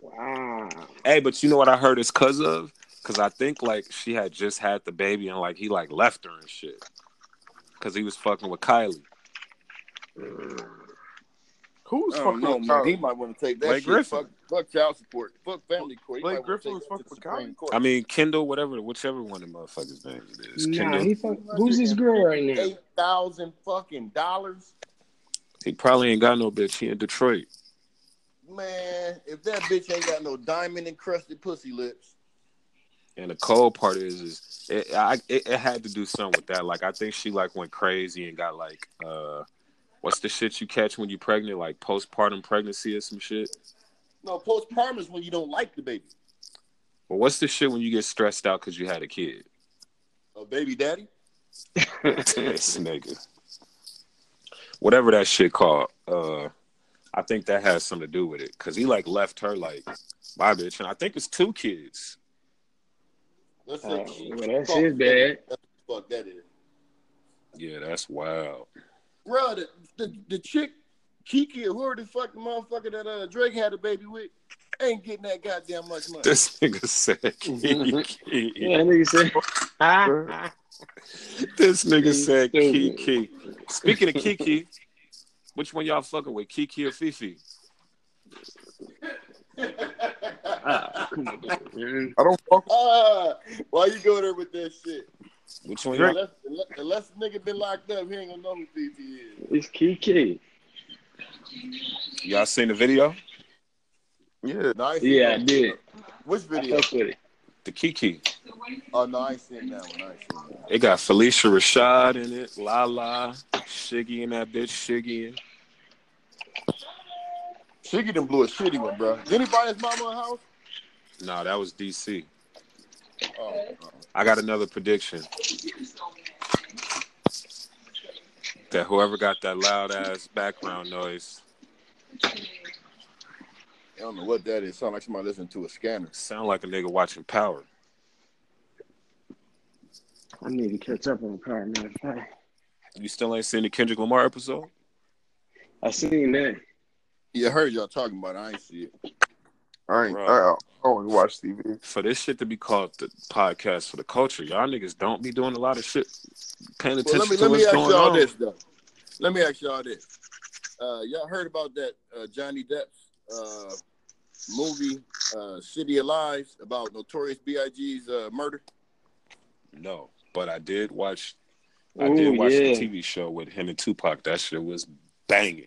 C: wow.
A: Hey, but you know what I heard is cause of? Cause I think like she had just had the baby and like he like left her and shit. Cause he was fucking with Kylie.
D: Who's
E: I
D: fucking
E: don't know,
D: with
E: man.
D: Kylie?
E: He might want to take that
A: Blake
E: shit.
A: Griffin.
E: Fuck, fuck child support. Fuck family court. He
D: Blake
E: might wanna
D: Griffin
E: take
D: was fucking
E: that to
D: with
E: the Supreme
D: Kylie.
E: Court.
A: I mean Kendall, whatever, whichever one of the motherfuckers' name it is.
C: Nah,
A: Kendall.
C: he fuck, who's this girl right now?
E: Eight thousand fucking dollars,
A: He probably ain't got no bitch. He in Detroit.
E: man. If that bitch ain't got no diamond encrusted pussy lips,
A: And the cold part is, is it, I, it, it had to do something with that. Like I think she like went crazy and got like, uh, what's the shit you catch when you pregnant? Like postpartum pregnancy or some shit.
E: no postpartum is when you don't like the baby.
A: Well, what's the shit when you get stressed out because you had a kid?
E: A baby daddy.
A: this nigga. Whatever that shit called. Uh, I think that has something to do with it because he like left her like, my bitch, and I think it's two kids.
E: Let's say
C: Uh,
E: she-
C: well, that's
E: fuck
C: his bad.
E: Fuck that is.
A: Yeah, that's wild.
E: bro, the, the, the chick Kiki or whoever the fuck the motherfucker that uh, Drake had a baby with ain't getting that goddamn much money.
A: This nigga said Kiki.
C: Yeah, nigga said. Ah,
A: This nigga
C: He's
A: said
C: stupid.
A: Kiki. Speaking of Kiki, which one y'all fucking with, Kiki or Fifi?
C: ah, come on, man.
D: I don't fuck.
E: Ah, why you go there with that shit?
A: Which one y'all?
E: Unless, unless the nigga been locked up, he ain't gonna know who Fifi is.
C: It's Kiki.
A: Y'all seen the video?
D: Yeah,
E: No, I ain't seen
C: Yeah, I
E: that.
C: did.
E: Which
C: I
E: video?
C: fuck with it.
A: The Kiki.
E: Oh no, I ain't seen that one. I ain't seen that.
A: It got Felicia Rashad in it, Lala, Shiggy and that bitch Shiggy. in.
E: Shiggy done blew a shitty one, bro. Did anybody his mama in the house?
A: Nah, that was DC.
E: Oh,
A: I got another prediction. That whoever got that loud ass background noise
E: I don't know what that is. Sound like somebody listening to a scanner.
A: sound like a nigga watching Power.
C: I need to catch up on Power Man. Hey,
A: You still ain't seen the Kendrick Lamar episode?
C: I seen that.
E: Yeah, I heard y'all talking about. it. I ain't see it.
D: I ain't.
A: Bro.
D: I, I only watch TV.
A: for this shit to be called the podcast for the culture, y'all niggas don't be doing a lot of shit, paying
E: Well,
A: attention
E: let me
A: to
E: let me
A: what's
E: ask
A: going
E: y'all
A: on.
E: this though. Let me ask y'all this. Uh, y'all heard about that uh, Johnny Depp's uh, movie uh, City of Lies about Notorious B.I.G.'s uh, murder?
A: No, but I did watch. I
C: Oh
A: did watch
C: yeah.
A: the TV show with him and Tupac. That shit was banging.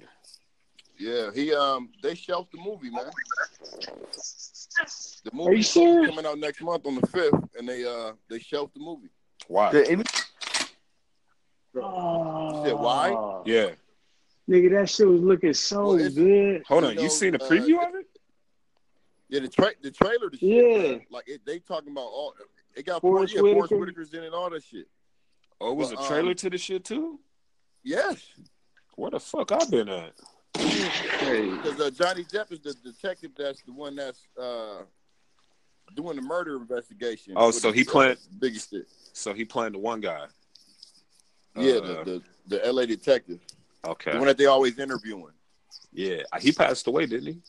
E: Yeah, he um they shelved the movie, man. The
C: Are you
E: movie
C: serious?
E: coming out next month on the fifth, and they uh they shelved the movie.
A: Why?
D: Did any,
C: Oh,
E: said why?
A: Yeah.
C: Nigga, that shit was looking so
E: Well, it's-
C: good.
A: Hold
E: You
A: on. You
E: know,
A: seen the
E: uh,
A: preview of it?
E: Yeah, the tra- the trailer, the shit,
C: Yeah.
E: man. like it, they talking about all. It got
C: Forrest
E: Forrest, yeah, Forrest
C: Whitaker.
E: Whitaker's in it, all that shit.
A: Oh, it was
E: well,
A: a trailer
E: um,
A: to the shit too.
E: Yes,
A: Where the fuck I been at?
C: Hey,
E: because uh, Johnny Depp is the detective that's the one that's uh doing the murder investigation.
A: Oh,
E: with
A: so
E: the,
A: he playing-
E: uh, biggest shit.
A: So he playing the one guy.
E: Yeah,
A: Uh,
E: the, the the L.A. detective, the
A: Okay.
E: one that they always interviewing.
A: Yeah, he passed away, didn't he?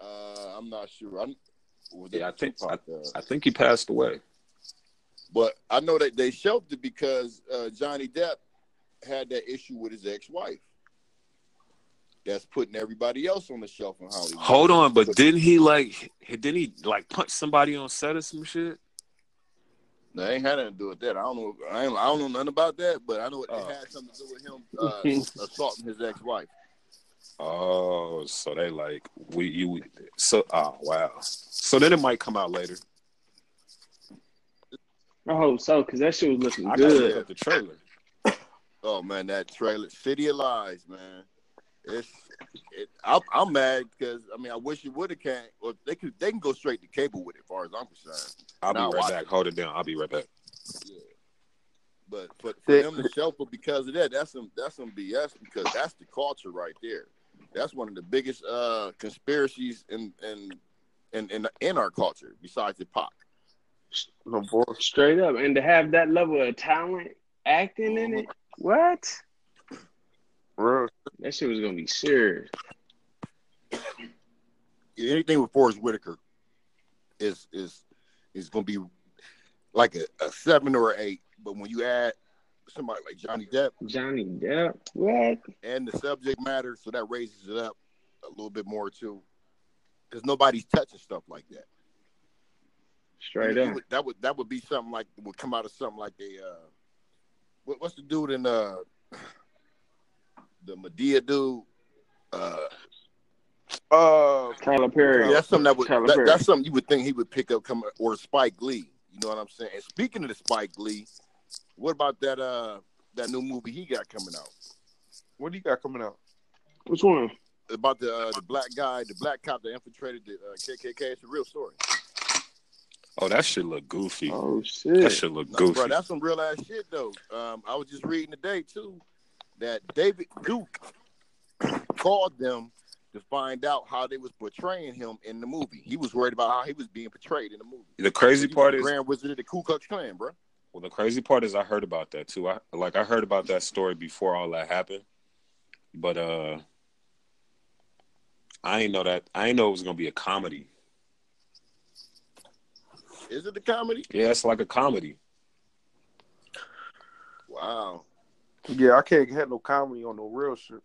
E: Uh, I'm not sure. I'm, was
A: Yeah,
E: that
A: I think-
E: Tupac, uh,
A: I think he passed away.
E: But I know that they shelved it because uh, Johnny Depp had that issue with his ex-wife. That's putting everybody else on the shelf in Hollywood.
A: Hold on, but didn't he like? Didn't he like punch somebody on set or some shit?
E: They ain't had nothing to do with that. I don't know. I, ain't, I don't know nothing about that, but I know it,
A: Oh.
E: it had something to do with him uh, assaulting his ex-wife.
A: Oh, so they like we you so oh wow. So then it might come out later.
C: I hope so, because that shit was looking
A: I gotta look
C: good.
A: up the trailer.
E: Oh man, that trailer, City of Lies, man. It's. It, I'm, I'm mad because I mean I wish it would have came. Well, they could. They can go straight to cable with it, as far as I'm concerned.
A: I'll be
E: Nah,
A: right
E: watch
A: back. Hold it down. I'll be right back.
E: But but for them to shelf it because of that, that's some that's some BS because that's the culture right there. That's one of the biggest uh conspiracies in in in in, in our culture besides the pop.
D: no voice.
C: Straight up. And to have that level of talent acting in it, what?
D: Real.
C: That shit was gonna be serious.
E: Anything with Forrest Whitaker is is is going to be like a, a seven or an eight. But when you add somebody like Johnny Depp
C: Johnny Depp, what?
E: and the subject matter, so that raises it up a little bit more too, because nobody's touching stuff like that.
C: Straight
E: You
C: up.
E: would- that would that would be something like would come out of something like a uh, what, what's the dude in uh the Medea dude? Uh,
D: Uh,
C: Tyler Perry.
E: yeah, that's something that would
C: Tyler
E: that,
C: Perry.
E: that's something you would think he would pick up come or Spike Lee. You know what I'm saying? And speaking of the Spike Lee, what about that uh that new movie he got coming out
D: what do you got coming out?
C: Which one?
E: about the uh, the black guy, the black cop that infiltrated the uh, KKK? It's a real story.
A: Oh, that should look goofy.
C: Oh
A: That
C: shit.
A: should look
E: No,
A: goofy.
E: bro, that's some real ass shit though. Um, I was just reading today too that David Duke called them to find out how they was portraying him in the movie. He was worried about how he was being portrayed in the movie.
A: the crazy
E: He was
A: part
E: the
A: is
E: Grand Wizard of the Ku Klux Klan, bro.
A: Well, the crazy part is I heard about that too. I like I heard about that story before all that happened, but uh, I ain't know that. I ain't know it was gonna be a comedy.
G: Is it the comedy?
A: Yeah, it's like a comedy.
G: Wow.
D: Yeah, I can't have no comedy on no real shit.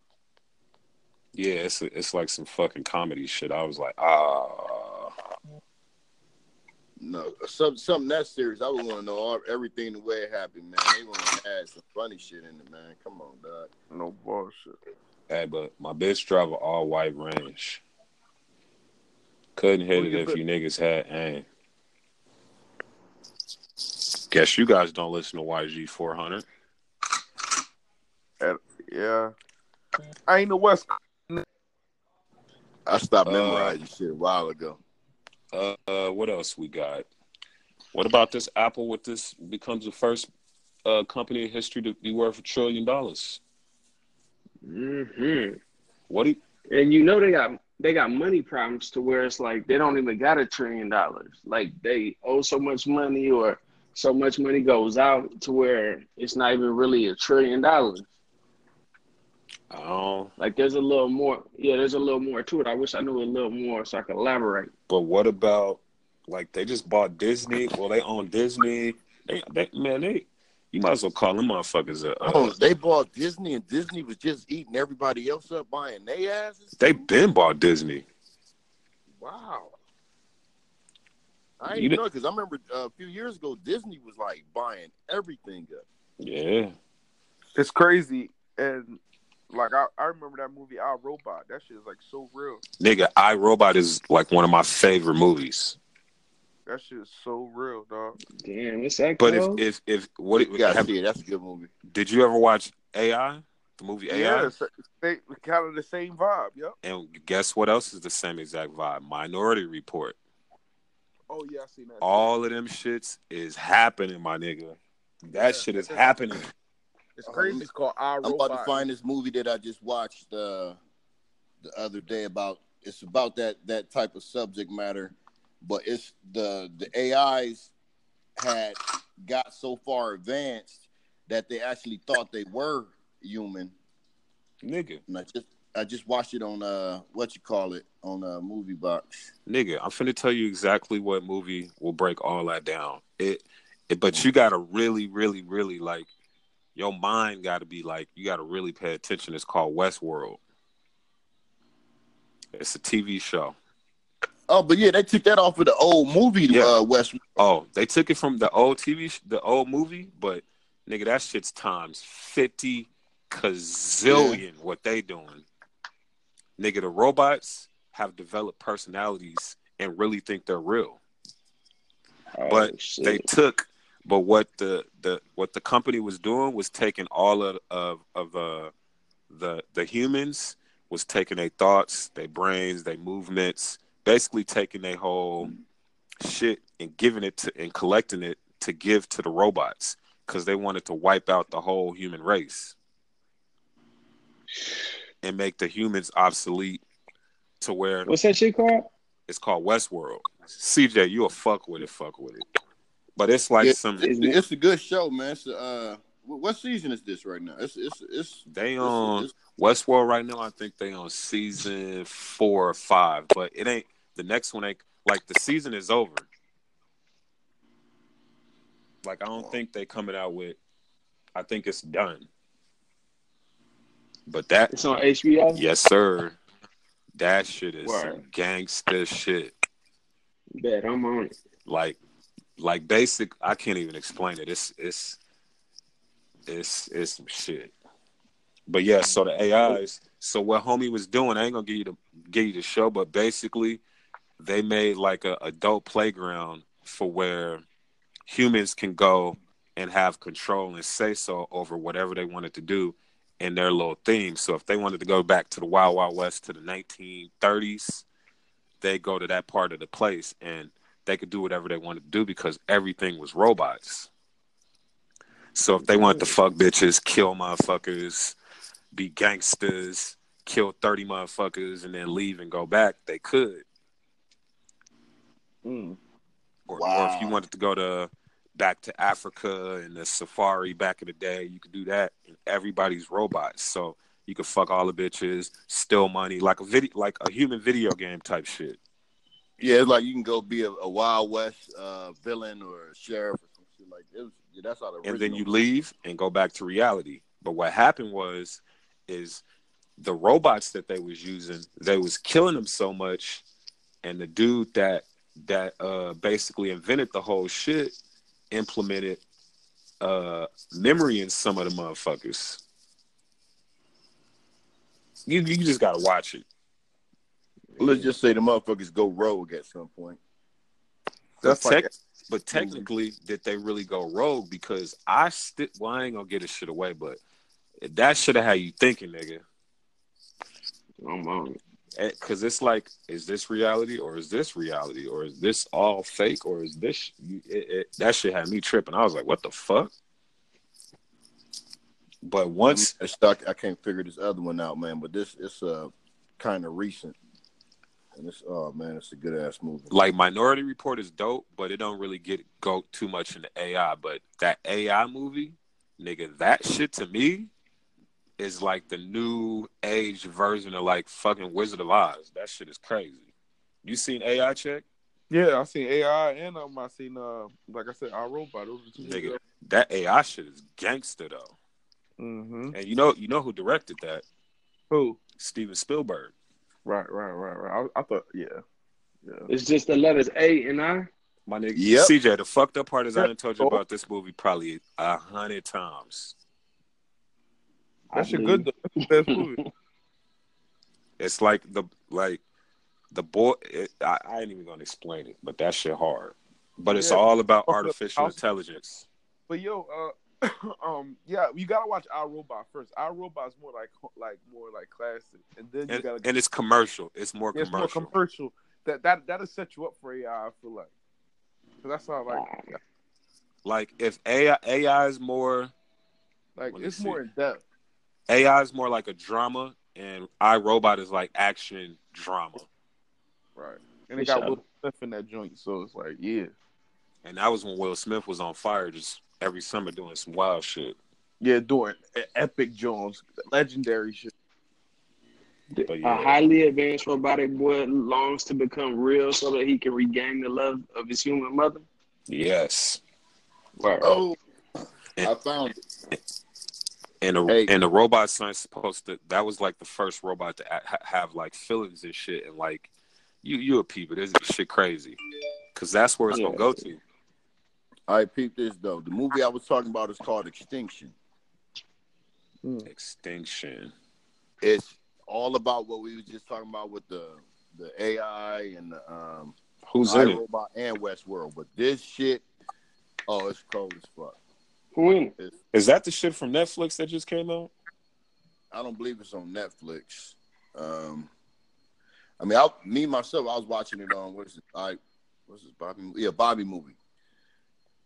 A: Yeah, it's it's like some fucking comedy shit. I was like, ah,
E: No, some something that serious. I would want to know all, everything the way it happened, man. They want to add some funny shit in it, man. Come on, dog.
D: No bullshit.
A: hey, but my bitch drive an all white range. Couldn't hit
D: We
A: it
D: can
A: if
D: put-
A: you niggas had aim. Guess you guys don't listen to YG four hundred.
D: Yeah. I ain't the West. Coast.
E: I stopped
A: Uh,
E: memorizing shit a while ago.
A: Uh, uh, what else we got? What about this Apple? With this becomes the first uh, company in history to be worth a trillion dollars.
C: hmm
A: What? Do you,
C: And you know they got they got money problems to where it's like they don't even got a trillion dollars. Like they owe so much money or so much money goes out to where it's not even really a trillion dollars.
A: I don't.
C: Like there's a little more yeah, there's a little more to it. I wish I knew a little more so I could elaborate.
A: But what about like they just bought Disney? Well, they own Disney. They, they man, they you might as well call them motherfuckers a.
E: Oh,
A: Uh,
E: they bought Disney, and Disney was just eating everybody else up, buying they asses.
A: they been bought Disney.
E: Wow. I
A: You
E: didn't
A: di-
E: know because I remember uh, a few years ago Disney was like buying everything up.
A: Yeah,
D: It's crazy. And like I, I remember that movie I Robot. That shit is like so real.
A: nigga, I Robot is like one of my favorite movies.
D: That shit is so real, dog.
C: Damn, it's that
A: But if
C: close?
A: if if what
E: You gotta
A: have-
E: see it. That's a good movie.
A: did you ever watch AI? The movie AI.
D: Yeah, it's, they kind of the same vibe. Yep.
A: And guess what else is the same exact vibe? Minority Report.
D: Oh yeah, I seen that.
A: All of them shits is happening, my nigga. That shit is happening.
D: It's crazy. It's called I
E: I'm
D: Robot.
E: about to find this movie that I just watched uh, the other day about. It's about that that type of subject matter, but it's the the AIs had got so far advanced that they actually thought they were human.
A: Nigga,
E: And I just I just watched it on uh what you call it on uh, movie box.
A: nigga, I'm finna tell you exactly what movie will break all that down. It, it but you gotta really, really, really like your mind gotta be like, you gotta really pay attention. It's called Westworld. It's a TV show.
E: Oh, but yeah, they took that off of the old movie
A: Yeah.
E: uh, West.
A: Oh, they took it from the old TV, sh- the old movie, but nigga, that shit's times fifty kazillion what they doing. Nigga, the robots have developed personalities and really think they're real.
C: Oh,
A: but
C: shit.
A: They took, but what the the what the company was doing was taking all of of of uh, the the humans was taking their thoughts, their brains, their movements, basically taking their whole shit and giving it to and collecting it to give to the robots because they wanted to wipe out the whole human race and make the humans obsolete to where
C: What's that shit called?
A: it's called Westworld. CJ, you a fuck with it, fuck with it. But it's like
E: Yeah.
A: some
E: It's, it's a good show, man. It's, uh, wh- what season is this right now? It's it's it's.
A: they
E: it's-
A: on
E: it's-
A: Westworld right now. I think they on season four or five, but it ain't the next one. Ain't like the season is over. Like I don't think they coming out with. I think it's done. But that
C: It's on HBO?
A: Yes, sir. That shit is some
C: Word.
A: gangster shit.
C: Bet I'm on it.
A: Like, like basic. I can't even explain it. It's it's it's it's some shit. But yeah, so the AIs. So what homie was doing, I ain't gonna give you the give you the show, but basically, they made like a adult playground for where humans can go and have control and say so over whatever they wanted to do in their little theme. So if they wanted to go back to the Wild Wild West to the 1930s, they go to that part of the place and they could do whatever they wanted to do because everything was robots. So if they wanted to fuck bitches, kill motherfuckers, be gangsters, kill 30 motherfuckers and then leave and go back, they could. Or, or if you
D: Mm.
E: Wow.
A: wanted to go to back to Africa and the safari back in the day. You could do that, and everybody's robots. So you could fuck all the bitches, steal money, like a video, like a human video game type shit.
E: Yeah, it's like you can go be a, a Wild West uh, villain or a sheriff or some shit like that. It was, yeah, that's how the
A: and then
E: original-
A: you leave and go back to reality. But what happened was, is the robots that they was using, they was killing them so much, and the dude that that uh, basically invented the whole shit implemented uh, memory in some of the motherfuckers. You you just gotta watch it.
E: Let's just say the motherfuckers go rogue at some point.
A: That's
D: That's like
A: tech- but technically, did they really go rogue? Because I still, well, I ain't gonna get this shit away, but that should have had you thinking, nigga.
C: I'm on it.
A: because it's like, is this reality or is this reality or is this all fake or is this you- it, it, that shit had me tripping? I was like, what the fuck? But once,
E: I'm uh, stuck. I can't figure this other one out, man. But this it's uh kind of recent, and it's oh man, it's a good ass movie.
A: like Minority Report is dope, but it don't really get go too much into AI. But that AI movie, nigga, that shit to me is like the new age version of like fucking Wizard of Oz. That shit is crazy. You seen AI check?
D: Yeah, I seen AI and um, I seen uh, like I said, I robot. Those are two.
A: Nigga, that AI shit is gangster though.
D: Mm-hmm.
A: And you know, you know who directed that?
D: Who?
A: Steven Spielberg.
D: Right, right, right, right. I, I thought, yeah, yeah.
C: It's just the letters A and I.
A: My nigga,
E: Yep.
A: CJ. The fucked up part is I
D: Yep. Oh.
A: done told you about this movie probably a hundred times.
D: That shit
C: I
D: good though. That's the best movie.
A: It's like the like the boy. It, I, I ain't even gonna explain it, but that shit hard. But it's
D: Yeah. Oh,
A: all about
D: Fucked up
A: artificial
D: house.
A: intelligence.
D: But yo, uh, um, yeah, you gotta watch I Robot first. I Robot's more like like more like classic, and then you
A: And,
D: gotta
A: and it's commercial. It's more
D: it's more
A: commercial.
D: commercial. That that that'll set you up for AI. I feel like, 'Cause that's how like
A: like if AI AI is more
D: like
A: Let me
D: it's
A: see.
D: more in depth.
A: AI is more like a drama, and iRobot is like action drama.
D: Right. And it
C: For
D: got
C: sure.
D: Will Smith in that joint, so it's like, yeah.
A: And that was when Will Smith was on fire, just every summer doing some wild shit.
D: Yeah, doing e- epic Jones, legendary shit.
A: But
C: A
A: yeah.
C: highly advanced robotic boy longs to become real so that he can regain the love of his human mother.
A: Yes.
C: Right.
E: Oh, I found it.
A: And the
E: Hey.
A: and the robot son's supposed to. That was like the first robot to a- ha- have like feelings and shit. And like, you you a peeper. This is shit crazy. Cause that's where it's gonna
C: Yeah.
A: go to.
E: I peeped this though. The movie I was talking about is called Extinction.
A: Extinction.
E: It's all about what we was just talking about with the the AI and the um
A: Who's in it?
E: iRobot and Westworld. But this shit, oh, it's cold as fuck.
C: Who in it?
A: Is that the shit from Netflix that just came out?
E: I don't believe it's on Netflix. Um, I mean, I, me myself, I was watching it on what's it? I what's this Bobby? Yeah, Bobby movie.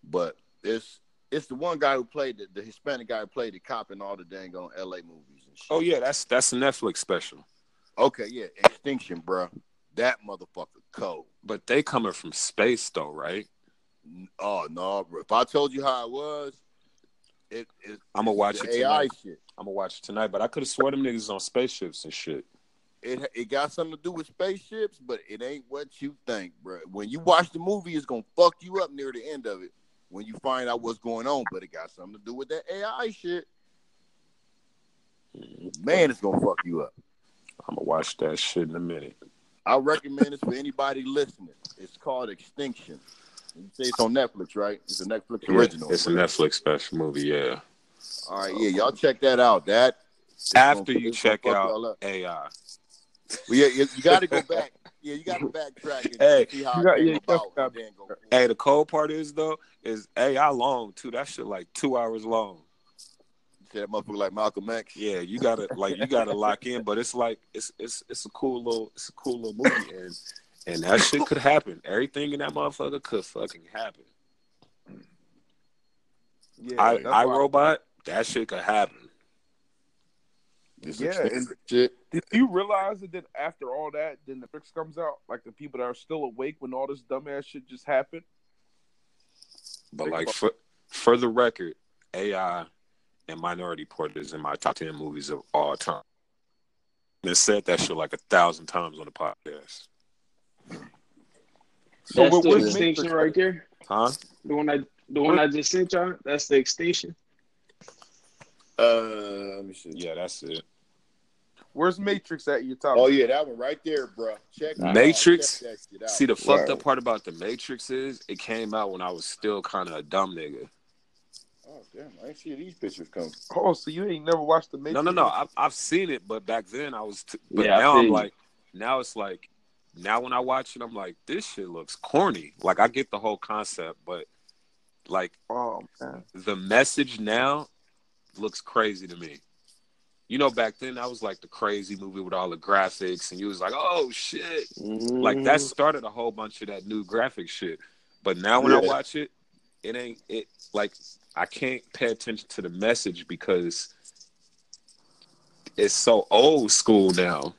E: But it's it's the one guy who played the, the Hispanic guy who played the cop in all the dang on L.A. movies and shit.
A: Oh yeah, that's that's a Netflix special.
E: Okay, yeah, Extinction, bruh. That motherfucker cold.
A: But they coming from space though, right?
E: N- Oh no, bro. If I told you how it was, it, it
A: I'ma watch it
E: the
A: tonight.
E: AI shit.
A: I'm gonna watch it tonight. But I could have swore them niggas is on spaceships and shit.
E: it it got something to do with spaceships, but it ain't what you think, bro. When you watch the movie, it's gonna fuck you up near the end of it when you find out what's going on. But it got something to do with that AI shit. Man, it's gonna fuck you up.
A: I'm gonna watch that shit in a minute.
E: I recommend this for anybody listening. It's called Extinction. You say it's on Netflix, right? It's a Netflix original.
A: Yeah, it's a Netflix special movie. Yeah.
E: All right, yeah, y'all check that out. That it's gonna-
A: After you
E: it's gonna
A: check
E: fuck
A: out
E: y'all up.
A: AI.
E: Well, yeah, you, you got to go back. Yeah, you got to backtrack and
A: Hey,
E: see
D: you
E: how it
D: got-
E: came
D: yeah, you got-
E: about. and then go
A: Hey, the cold part is though, is AI long too. That shit like two hours long.
E: See that motherfucker like Malcolm X.
A: Yeah, you gotta like you gotta lock in, but it's like it's it's it's a cool little it's a cool little movie and and that shit could happen. Everything in that motherfucker could fucking happen.
D: Yeah,
A: I
D: that's
A: I
D: why-
A: robot, that shit could happen.
E: This
D: Yeah,
E: extinction
D: and-
E: shit.
D: Did you realize that then after all that, then the fix comes out? Like the people that are still awake when all this dumbass shit just happened?
A: But like for for the record, AI and Minority Report is in my top ten movies of all time. And said that shit like a thousand times on the podcast.
H: So
C: that's
H: what
C: the
H: was
C: extinction
H: Matrix?
C: right there.
A: Huh?
C: The one I the one I just sent y'all. That's the extinction.
E: Uh, let me see.
A: Yeah, that's it.
D: Where's Matrix at your top?
E: Oh yeah, that one right there, bro. Check it out.
A: Matrix?
E: Check that shit out.
A: See, the
H: Right.
A: fucked up part about The Matrix is it came out when I was still kind of a dumb nigga.
E: Oh damn, I ain't see these pictures come.
D: Oh, so you ain't never watched the Matrix?
A: No, no, no. I've, I've seen it, but back then I was. T- but
C: Yeah, I
A: now
C: feel
A: I'm
C: you.
A: like, now it's like, now when I watch it, I'm like, this shit looks corny. Like I get the whole concept, but like
D: Oh man.
A: the message now looks crazy to me. You know, back then that was like the crazy movie with all the graphics, and you was like, oh shit. Like that
C: Mm-hmm.
A: started a whole bunch of that new graphic shit. But now when I
E: Yeah.
A: watch it, it ain't it like I can't pay attention to the message because it's so old school now.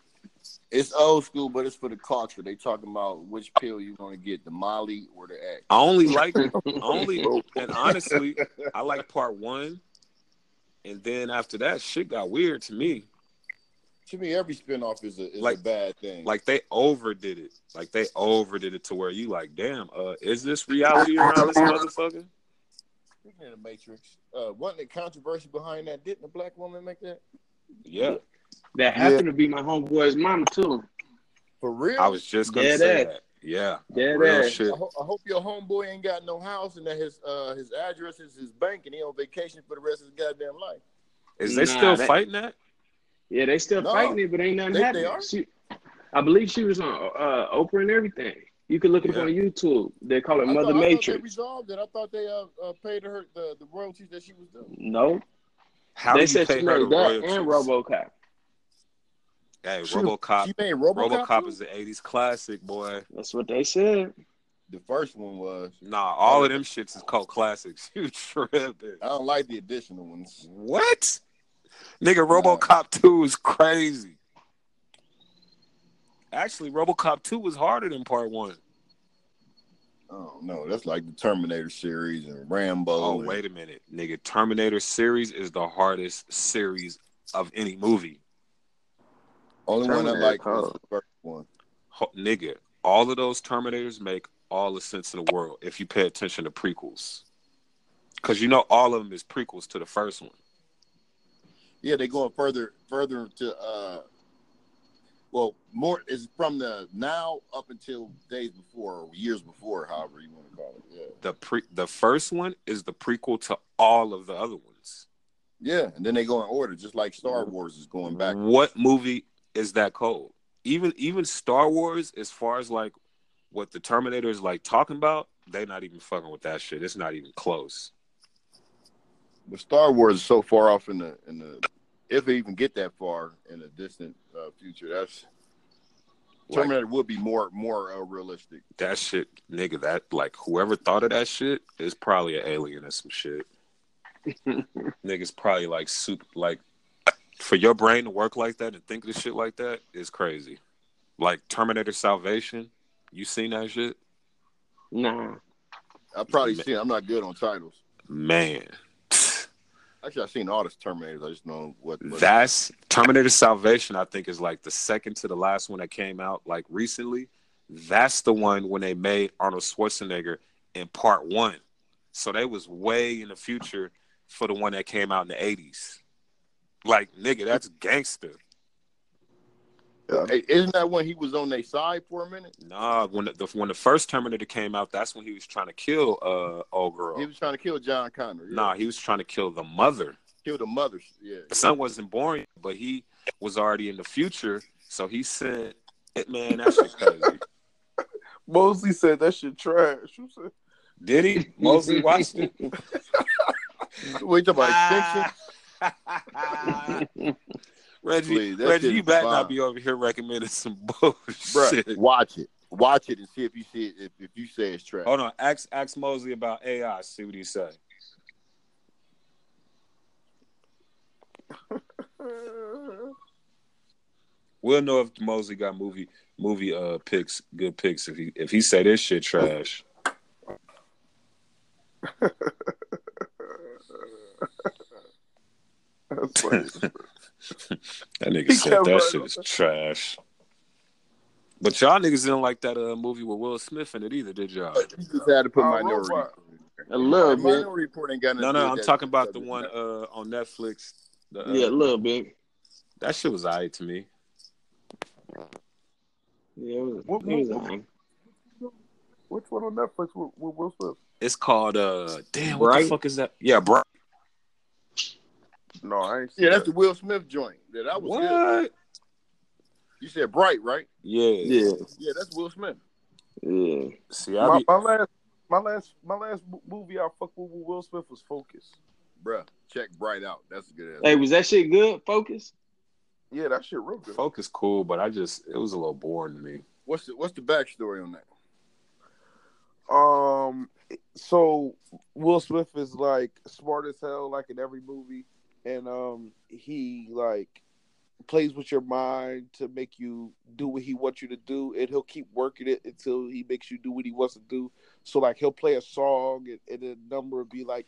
E: It's old school, but it's for the culture. They talking about which pill you gonna get, the Molly or the X.
A: I only like only and honestly, I like part one. And then after that, shit got weird to me.
E: To me, every spinoff is a is a
A: Like-
E: bad thing.
A: Like they overdid it. Like they overdid it to where you like, damn, uh, is this reality around this motherfucker?
E: Speaking of the Matrix, uh, wasn't the controversy behind that? Didn't a black woman make that?
A: Yeah.
C: that
A: Mm-hmm.
C: happened to be my homeboy's mom too.
E: For real?
A: I was just gonna
C: Dead
A: say
C: ass.
A: that. Yeah.
C: Dead
A: Real
C: ass.
A: shit.
E: I, ho- I hope your homeboy ain't got no house and that his uh his address is his bank and he on vacation for the rest of his goddamn life.
A: Is they
C: Nah,
A: still
C: that-
A: fighting that?
C: Yeah, they still
E: No.
C: fighting it, but ain't nothing
E: They- they
C: happening.
E: are?
C: She, I believe she was on uh, Oprah and everything. You can look it up
A: Yeah.
C: on YouTube. They call it
E: I
C: Mother
E: thought, I thought they
C: Matrix.
E: resolved it. I thought they uh, uh paid her the, the royalties that she was doing.
C: No,
A: How
C: they
A: do you
C: said
A: pay
C: she
A: her the
C: made that
A: royalties?
C: and RoboCop.
A: hey,
E: She-
A: RoboCop.
E: She made RoboCop.
A: Uh, RoboCop,
E: too?
A: is the eighties classic, boy.
C: That's what they said.
E: the first one was.
A: Nah, all of them shits is called classics. You tripping?
C: Uh,
E: I don't like the additional ones.
A: What? Nigga, RoboCop two is crazy. Actually, RoboCop two was harder than part one.
E: Oh no, that's like the Terminator series and Rambo.
A: Oh
E: and-
A: wait a minute, nigga. Terminator series is the hardest series of any movie.
E: Only one I
C: Terminator
E: like is
C: Code.
E: the first one.
A: Ho- nigga, all of those Terminators make all the sense in the world if you pay attention to prequels. Cause you know all of them is prequels to the first one.
E: Yeah, they going further, further to. uh Well, more is from the now up until days before, or years before, however you want to call it. Yeah,
A: The pre the first one is the prequel to all of the other ones.
E: yeah, and then they go in order, just like Star Wars is going back.
A: What movie is that code? Even even Star Wars, as far as like what the Terminator is like talking about, they not even fucking with that shit. It's not even close.
E: But Star Wars is so far off in the in the, if they even get that far in the distant uh, future, that's
A: Like,
E: Terminator would be more more uh, realistic.
A: that shit, nigga, that like whoever thought of that shit is probably an alien or some shit. Niggas probably like soup like for your brain to work like that and think of the shit like that is crazy. Like Terminator Salvation, you seen that shit?
C: Nah,
E: I probably
A: Ma-
E: seen. I'm not good on titles.
A: Man.
E: Actually, I've seen all this Terminators. I just know what. what
A: That's Terminator Salvation, I think, is like the second to the last one that came out like recently. That's the one when they made Arnold Schwarzenegger in part one. So they was way in the future for the one that came out in the eighties. Like, nigga, that's gangster.
E: Hey, isn't that when he was on their side for a minute?
A: Nah, when the, the when the first Terminator came out, that's when he was trying to kill uh old girl.
E: He was trying to kill John Connor. yeah.
A: Nah, he was trying to kill the mother.
E: kill the mothers. Yeah,
A: the son wasn't born, yet, but he was already in the future. So he said, "Eh, "Man, that shit crazy."
D: Mosley said that shit trash. You said-
A: Did he? Mosley watched it.
E: we talking about
A: Ah,
E: extinction.
A: Reggie,
E: Please, that
A: Reggie,
E: shit
A: you
E: is
A: better
E: fine.
A: not be over here recommending some
E: Bruh,
A: bullshit.
E: watch it. Watch it and see if you see it. If, if you say it's trash.
A: Hold on, ask ask Mosley about AI. See what he say. We'll know if Mosley got movie movie uh picks, good picks. If he if he say this shit trash,
D: That's funny.
A: that nigga
D: He
A: said
D: kept
A: that
D: running.
A: shit is trash. But y'all niggas didn't like that uh, movie with Will Smith in it either, did y'all?
E: You just had to put
D: Uh,
E: minority.
D: robot.
C: A little
E: Report.
C: bit.
E: Minority report ain't got nothing
A: No,
E: to do
A: no,
E: with
A: I'm
E: that
A: talking about the
E: subject
A: one
E: matter.
A: uh, on Netflix. The, uh,
C: Yeah, a little bit.
A: That shit was alright to me.
C: Yeah, it was,
D: What-
C: it was
D: what-
C: alright.
D: Which one on Netflix with, with Will Smith?
A: It's called uh, damn. What
C: Bright?
A: the fuck is that? Yeah, bro.
D: No, I ain't. seen
E: Yeah, that's the
D: that.
E: Will Smith joint. Yeah, that was
A: What?
E: good. You said Bright, right?
A: Yeah.
C: Yeah,
E: Yeah, that's Will Smith.
C: yeah.
A: See, I
D: my,
A: be
D: my last, my last, my last mo- movie I fucked with Will Smith was Focus.
E: Bruh, check Bright out. That's a good ass.
C: Hey, was that shit good? Focus.
D: Yeah, that shit real good.
A: focus cool, but I just it was a little boring to me.
E: What's the what's the backstory on that?
D: Um, so Will Smith is like smart as hell, like in every movie, and um, he like plays with your mind to make you do what he wants you to do, and he'll keep working it until he makes you do what he wants to do. So like he'll play a song, and, and the number would be like,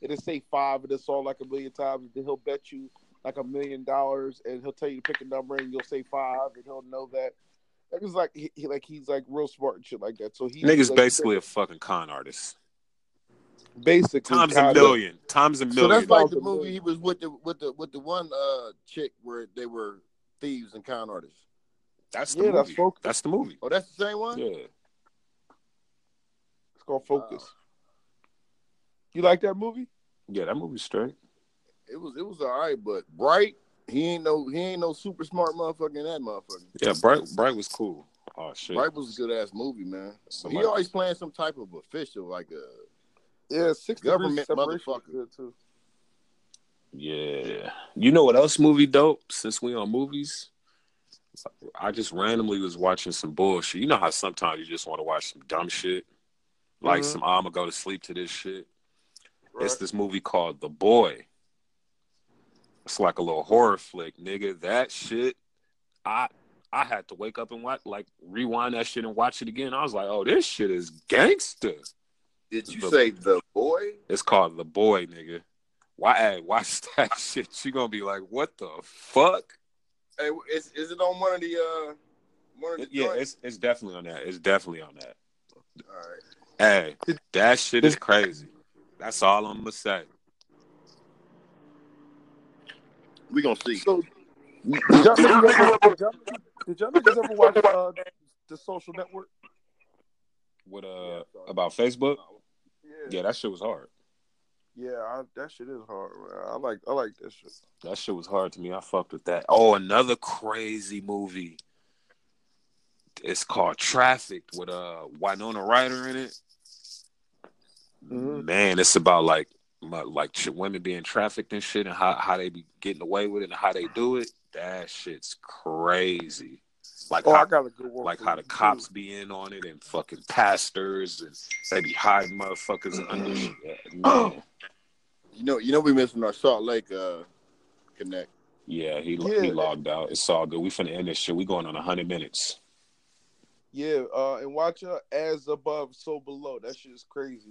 D: it'll say five, and it's all like a million times, and then he'll bet you like a million dollars, and he'll tell you to pick a number, and you'll say five, and he'll know that. Like it's like he, he- like he's like real smart and shit like that. So he
A: Niggas
D: like,
A: basically a fucking con artist.
D: basically
A: Times a
D: kinda-
A: million. Times a
E: So
A: million.
E: that's like the
D: Thousand
E: movie
D: million.
E: he was with the with the with the one uh chick where they were thieves and con artists.
A: that's the
D: Yeah, that's
A: movie.
D: focus.
A: That's the movie.
E: Oh, that's the same one.
A: Yeah.
D: It's called Focus. You like that movie?
A: Yeah, that movie's straight.
E: It was it was all right, but Bright he ain't no he ain't no super smart motherfucker in that motherfucker.
A: Yeah, Bright Bright was cool. Oh shit.
E: Bright was a good ass movie, man.
A: Somebody-
E: He always playing some type of official, like a
D: Yeah, six Degrees of
E: Government
D: separation was
E: motherfucker.
D: good too.
A: Yeah. You know what else movie dope? Since we on movies, I just randomly was watching some bullshit. You know how sometimes you just want to watch some dumb shit? Like
D: Mhm.
A: some "Oh, I'ma go to sleep to this shit.
D: Right.
A: It's this movie called The Boy. It's like a little horror flick, nigga. That shit, I I had to wake up and watch like rewind that shit and watch it again. I was like, oh, this shit is gangster.
E: Did you
A: The-
E: say the boy?
A: It's called The Boy, nigga. Why hey, watch that shit? You gonna be like, what the fuck?
E: Hey, is is it on one of the uh one of the
A: Yeah,
E: joints?
A: it's it's definitely on that. It's definitely on that.
E: All right.
A: Hey, that shit is crazy. That's all I'm gonna say.
E: We gonna see.
D: So, did y'all, did y'all, did y'all, did y'all niggas ever watch uh, the Social Network?
A: What uh about Facebook?
D: Yeah,
A: Yeah, that shit was hard.
D: yeah, I, that shit is hard. Man. I like, I like that shit.
A: That shit was hard to me. I fucked with that. Oh, another crazy movie. It's called Trafficked with uh Winona Ryder in it.
D: Mhm.
A: Man, it's about like my, like ch- women being trafficked and shit, and how how they be getting away with it and how they do it. That shit's crazy. Like
D: Oh,
A: how
D: I got a good one.
A: like
D: for
A: how
D: you,
A: the
D: too.
A: cops be in on it and fucking pastors and they be hiding motherfuckers under shit. Man.
E: You know, you know, we missing our Salt Lake uh connect.
A: Yeah, he
D: Yeah.
A: he logged out. It's all good. We finna end this shit. We going on hundred minutes.
D: Yeah, uh, and watch uh, As Above, So Below. That shit is crazy.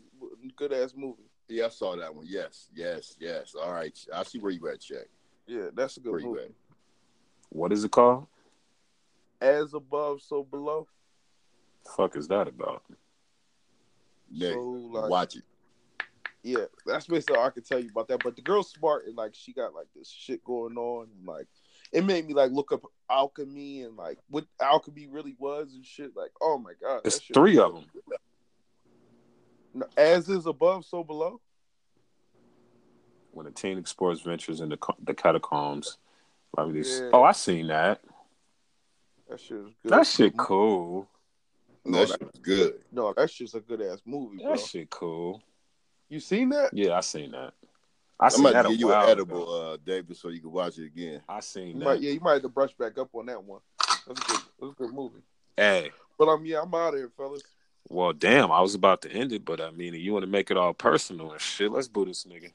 D: Good ass movie.
E: Yeah, I saw that one. Yes, yes, yes. All right, I see where you at, check.
D: Yeah, that's a good
E: Where you
D: movie.
E: at?
A: What is it called?
D: As Above, So Below.
A: Fuck is that about?
E: Nick,
D: So like,
E: watch it.
D: Yeah, that's basically all I can tell you about that. But the girl's smart and like she got like this shit going on and like it made me like look up alchemy and like what alchemy really was and shit. Like, oh my god,
A: It's three of them.
D: them. As is above, so below.
A: When a teen explores ventures in the co- the catacombs. Like this.
D: Yeah.
A: Oh, I seen that.
D: That shit is good.
A: That shit cool.
D: No,
E: That
D: that,
E: shit was good.
D: no, that shit's a good ass movie, bro.
A: That shit cool.
D: You seen that?
A: Yeah, I seen that. I
E: I'm
A: seen
E: about
A: that
E: to
A: a
E: give you
A: while
E: an
A: edible.
E: edible, uh, David, so you can watch it again.
A: I seen
D: You
A: that.
D: might, yeah, you might have to brush back up on that one. That's a good, that's a good movie.
A: Hey,
D: But um, yeah, I'm out of here, fellas.
A: Well, damn, I was about to end it, but I mean, you want to make it all personal and shit. Let's boo this nigga.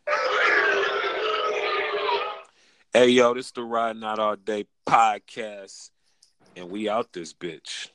A: Hey, yo, this the Ride Not All Day podcast, and we out this bitch.